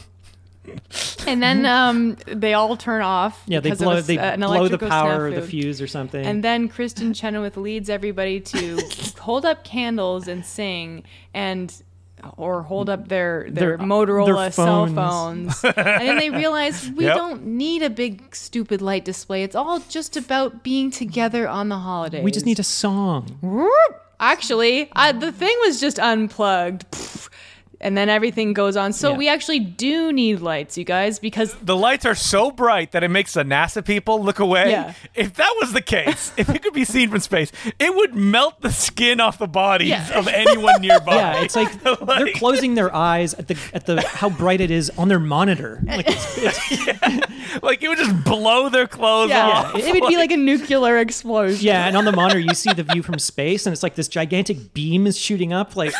And then um, they all turn off. Mm-hmm. Yeah, they because of blow a s- they an blow the electrical power of snafu. the fuse or something. And then Kristen Chenoweth leads everybody to hold up candles and sing and or hold up their their, Their- uh, Motorola their cell phones. phones. and then they realize we Yep. don't need a big stupid light display. It's all just about being together on the holidays. we just need a song. Actually, I, the thing was just unplugged. Pfft. And then everything goes on. So Yeah. we actually do need lights, you guys, because The lights are so bright that it makes the NASA people look away. Yeah. If that was the case, if it could be seen from space, it would melt the skin off the bodies Yeah. of anyone nearby. Yeah, it's like they're closing their eyes at the at the how bright it is on their monitor. Like, like it would just blow their clothes yeah, off. it would be like a nuclear explosion. yeah, and on the monitor you see the view from space, and it's like this gigantic beam is shooting up, like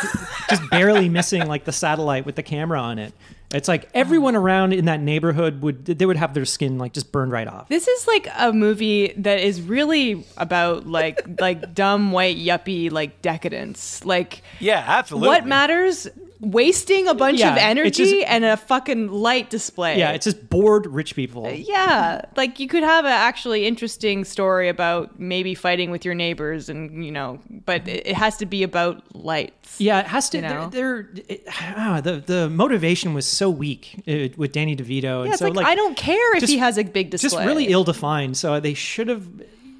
just barely missing like the satellite with the camera on it. It's like everyone around in that neighborhood would they would have their skin like just burned right off. This is like a movie that is really about like like dumb white yuppie like decadence. Like Yeah, absolutely. what matters? Wasting a bunch Yeah, of it's energy just- and a fucking light display. Yeah, it's just bored rich people. Uh, yeah. Like you could have an actually interesting story about maybe fighting with your neighbors and you know, but it, it has to be about lights. Yeah, it has to. You know? They're, they're it, ah, the the motivation was so weak uh, with Danny DeVito. and Yeah, it's so, like, I don't care if just- he has a big display. just really ill defined. So they should have,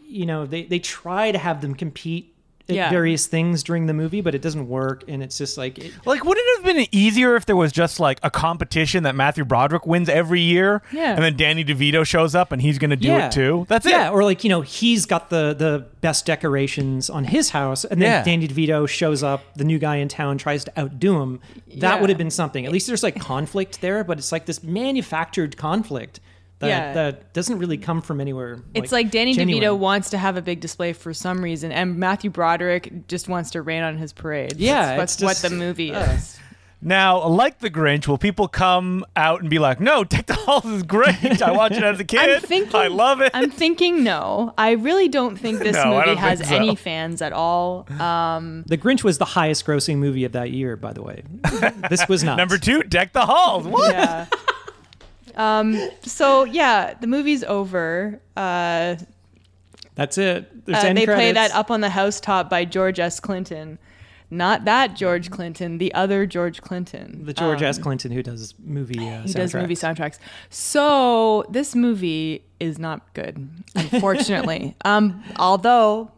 you know, they they try to have them compete at Yeah. various things during the movie, but it doesn't work, and it's just like it, Like, would it have been easier if there was just like a competition that Matthew Broderick wins every year? Yeah. And then Danny DeVito shows up and he's going to do yeah, it too? That's yeah, it. or like you know, he's got the the best decorations on his house, and then Yeah. Danny DeVito shows up, the new guy in town, tries to outdo him. That Yeah. would have been something. At least there's like conflict there, but it's like this manufactured conflict. That, Yeah. that doesn't really come from anywhere. It's like, Danny genuine. DeVito wants to have a big display for some reason, and Matthew Broderick just wants to rain on his parade. Yeah, that's, it's that's just- what the movie uh, is. Now, like the Grinch, will people come out and be like, no, Deck the Halls is great. I watched it as a kid. I'm thinking, I love it. I'm thinking no. I really don't think this No, I movie don't has think so. any fans at all. Um, The Grinch was the highest grossing movie of that year, by the way. this was not. Number two, Deck the Halls. What? yeah. Uh, um, so yeah, the movie's over. Uh, That's it. There's uh, end they play that credits. up on the housetop by George S. Clinton. Not that George Clinton, the other George Clinton. The George Um, S. Clinton who does movie uh, He does movie soundtracks. soundtracks. So this movie is not good, unfortunately. um, although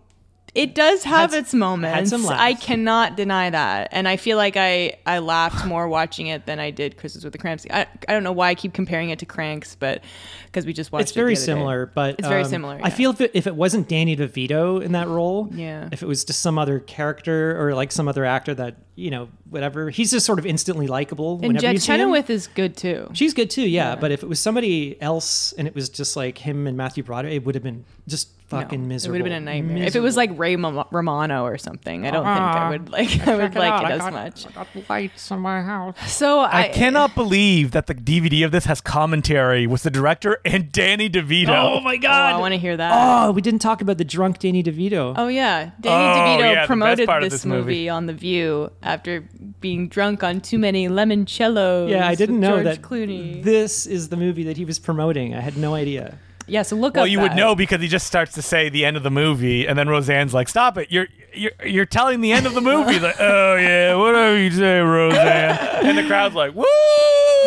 it does have Had s- its moments. had some laughs. I cannot deny that, and I feel like I I laughed more watching it than I did Christmas with the Cramps. I, I don't know why I keep comparing it to Cranks, but because we just watched. It's it very the other day. similar, but It's very um, similar, I yeah. feel if it, if it wasn't Danny DeVito in that role, Yeah. if it was just some other character or like some other actor that you know, whatever, he's just sort of instantly likable. And whenever Jet you see him. Chenoweth is good too. she's good too, yeah, But if it was somebody else and it was just like him and Matthew Broderick, it would have been just No, fucking miserable. It would have been a nightmare. If it was like Ray Mo- Romano or something, I don't think Ah. I would like. I would Check it out. like it I as got- much. I got lights in my house. So I, I cannot believe that the DVD of this has commentary with the director and Danny DeVito. Oh my Oh, god! I want to hear that. Oh, we didn't talk about the drunk Danny DeVito. Oh yeah, Danny Oh, yeah, DeVito the best promoted part of this, this movie. movie. on The View after being drunk on too many limoncellos. yeah, I didn't with know George that Clooney. this is the movie that he was promoting. I had no idea. yeah, so look Well, up. you that. would know because he just starts to say the end of the movie, and then Roseanne's like, "Stop it! You're you're, you're telling the end of the movie." like, oh yeah, whatever you say, Roseanne. and the crowd's like, "Woo!"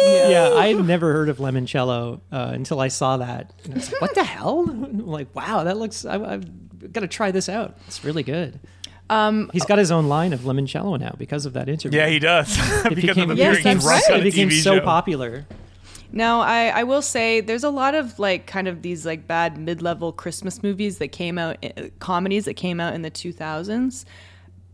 Yeah, I had never heard of limoncello uh, until I saw that. And I was like, what the hell? I'm like, wow, that looks. I, I've got to try this out. It's really good. Um, He's got his own line of limoncello now because of that interview. Yeah, he does It because became, of Yes, appearing that's in Rock right. on It a became TV so show. popular. Now, I, I will say there's a lot of like kind of these like bad mid level Christmas movies that came out, uh, comedies that came out in the 2000s.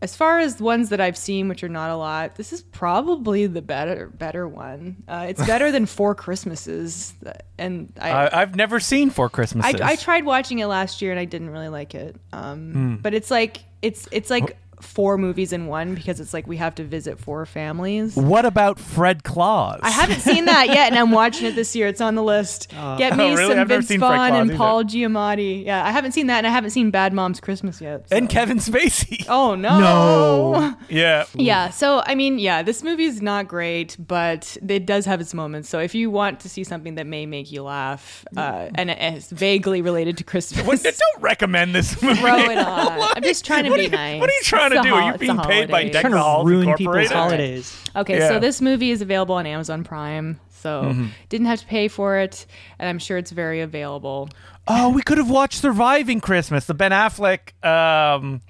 As far as ones that I've seen, which are not a lot, this is probably the better better one. Uh, it's better than Four Christmases, uh, and I, I, I've never seen Four Christmases. I, I tried watching it last year and I didn't really like it. Um, But it's like it's it's like four movies in one because it's like we have to visit four families. What about Fred Claus? I haven't seen that yet, and I'm watching it this year. It's on the list. Get me Oh, really? some I've never Vince seen Frank Vaughn Claus and either. Paul Giamatti. Yeah, I haven't seen that, and I haven't seen Bad Moms Christmas yet. so- and Kevin Spacey. oh no, Yeah. Yeah, so I mean, yeah, this movie's not great, but it does have its moments. So if you want to see something that may make you laugh, uh, and it's vaguely related to Christmas, Well, don't recommend this movie. throw it on. I'm just trying to What be are you- nice. what are you trying to It's a do? hol- Are you it's a being paid by holiday. Deck- trying to Alcohol ruin people's Incorporated. holidays. Okay, Yeah. so this movie is available on Amazon Prime, so Mm-hmm. didn't have to pay for it, and I'm sure it's very available. Oh, we could have watched Surviving Christmas, the Ben Affleck, um,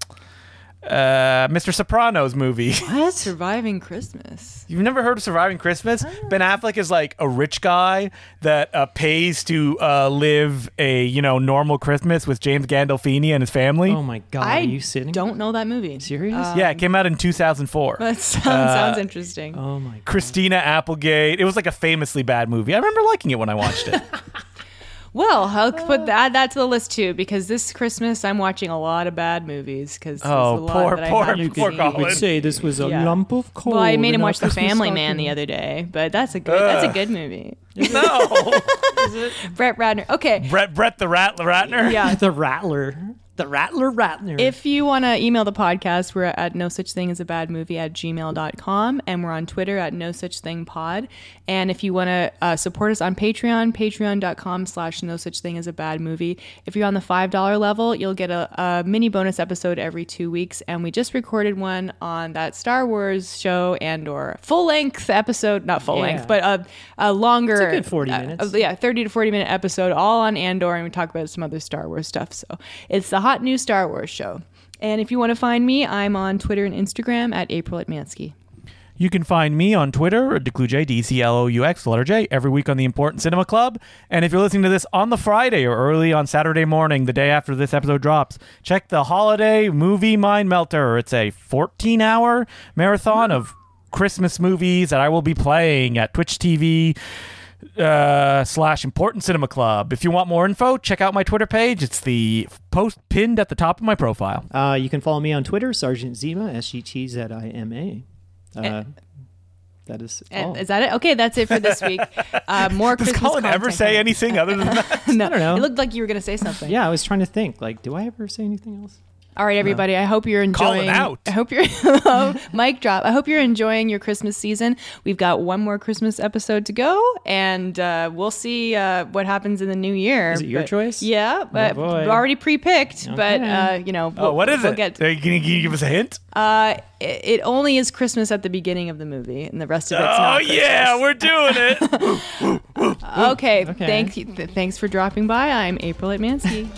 uh, Mr. Sopranos movie. What? Surviving Christmas. You've never heard of Surviving Christmas? Ben Affleck is like a rich guy that uh, pays to uh, live a you know normal Christmas with James Gandolfini and his family. Oh my god, I are you sitting? don't uh, know that movie. serious? Uh, yeah, it came out in 2004. That sounds, sounds interesting. oh my god. Christina Applegate. It was like a famously bad movie. I remember liking it when I watched it. Well, I'll put that, add that to the list too, because this Christmas I'm watching a lot of bad movies. Because a Oh, lot poor, that I poor, haven't poor seen. Colin. Would say this was a Yeah. lump of coal. Well, I made in him our watch The Christmas Family Man the stocking. other day, but that's a good that's a good movie. no, Brett Ratner. Okay, Brett, Brett the Rat Ratner. yeah. The Rattler. The Rattler Rattler. If you want to email the podcast, we're at no such thing as a bad movie at gmail.com and we're on Twitter at no such thing pod. And if you want to uh, support us on Patreon, patreon.com slash no such thing as a bad movie. If you're on the $5 level, you'll get a, a mini bonus episode every two weeks. And we just recorded one on that Star Wars show and or full length episode, not full Yeah. length, but a, a longer It's a good 40 uh, minutes. uh, yeah, 30 to 40 minute episode all on Andor, and we talk about some other Star Wars stuff. So it's the hot new Star Wars show. And if you want to find me, I'm on Twitter and Instagram at April at Mansky. You can find me on Twitter at DeClouJ, D C L O U X, the letter J, every week on the Important Cinema Club. And if you're listening to this on the Friday or early on Saturday morning, the day after this episode drops, check the holiday movie Mind Melter. It's a 14 hour marathon of Christmas movies that I will be playing at Twitch TV uh, slash Important Cinema Club. If you want more info, check out my Twitter page. It's the post pinned at the top of my profile. Uh, you can follow me on Twitter, Sergeant Zima, S E T Z I M A. Uh, That is all. And Uh, Eh, Is that it? Okay, that's it for this week. Uh, more Does Christmas Colin ever content. say anything other than that? No. I don't know. It looked like you were going to say something. yeah, I was trying to think. Like, do I ever say anything else? All right, everybody. I hope you're Call it enjoying. out. I hope you're mic drop. I hope you're enjoying your Christmas season. We've got one more Christmas episode to go, and uh, we'll see uh, what happens in the new year. Is it your But- choice? Yeah, but boy. we've already pre-picked. But Okay. uh, you know, we'll, Oh, what is we'll it? Get, Are you gonna- can you give us a hint? uh, it, it only is Christmas at the beginning of the movie, and the rest of it's Oh not. yeah, we're doing it. Christmas. Okay. Okay. Thank you. Th- thanks for dropping by. I'm April Atmansky,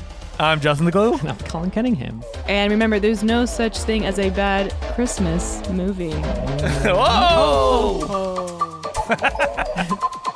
I'm Justin the Glue. No, Colin Cunningham. and remember, there's no such thing as a bad Christmas movie. Oh. Whoa. Oh.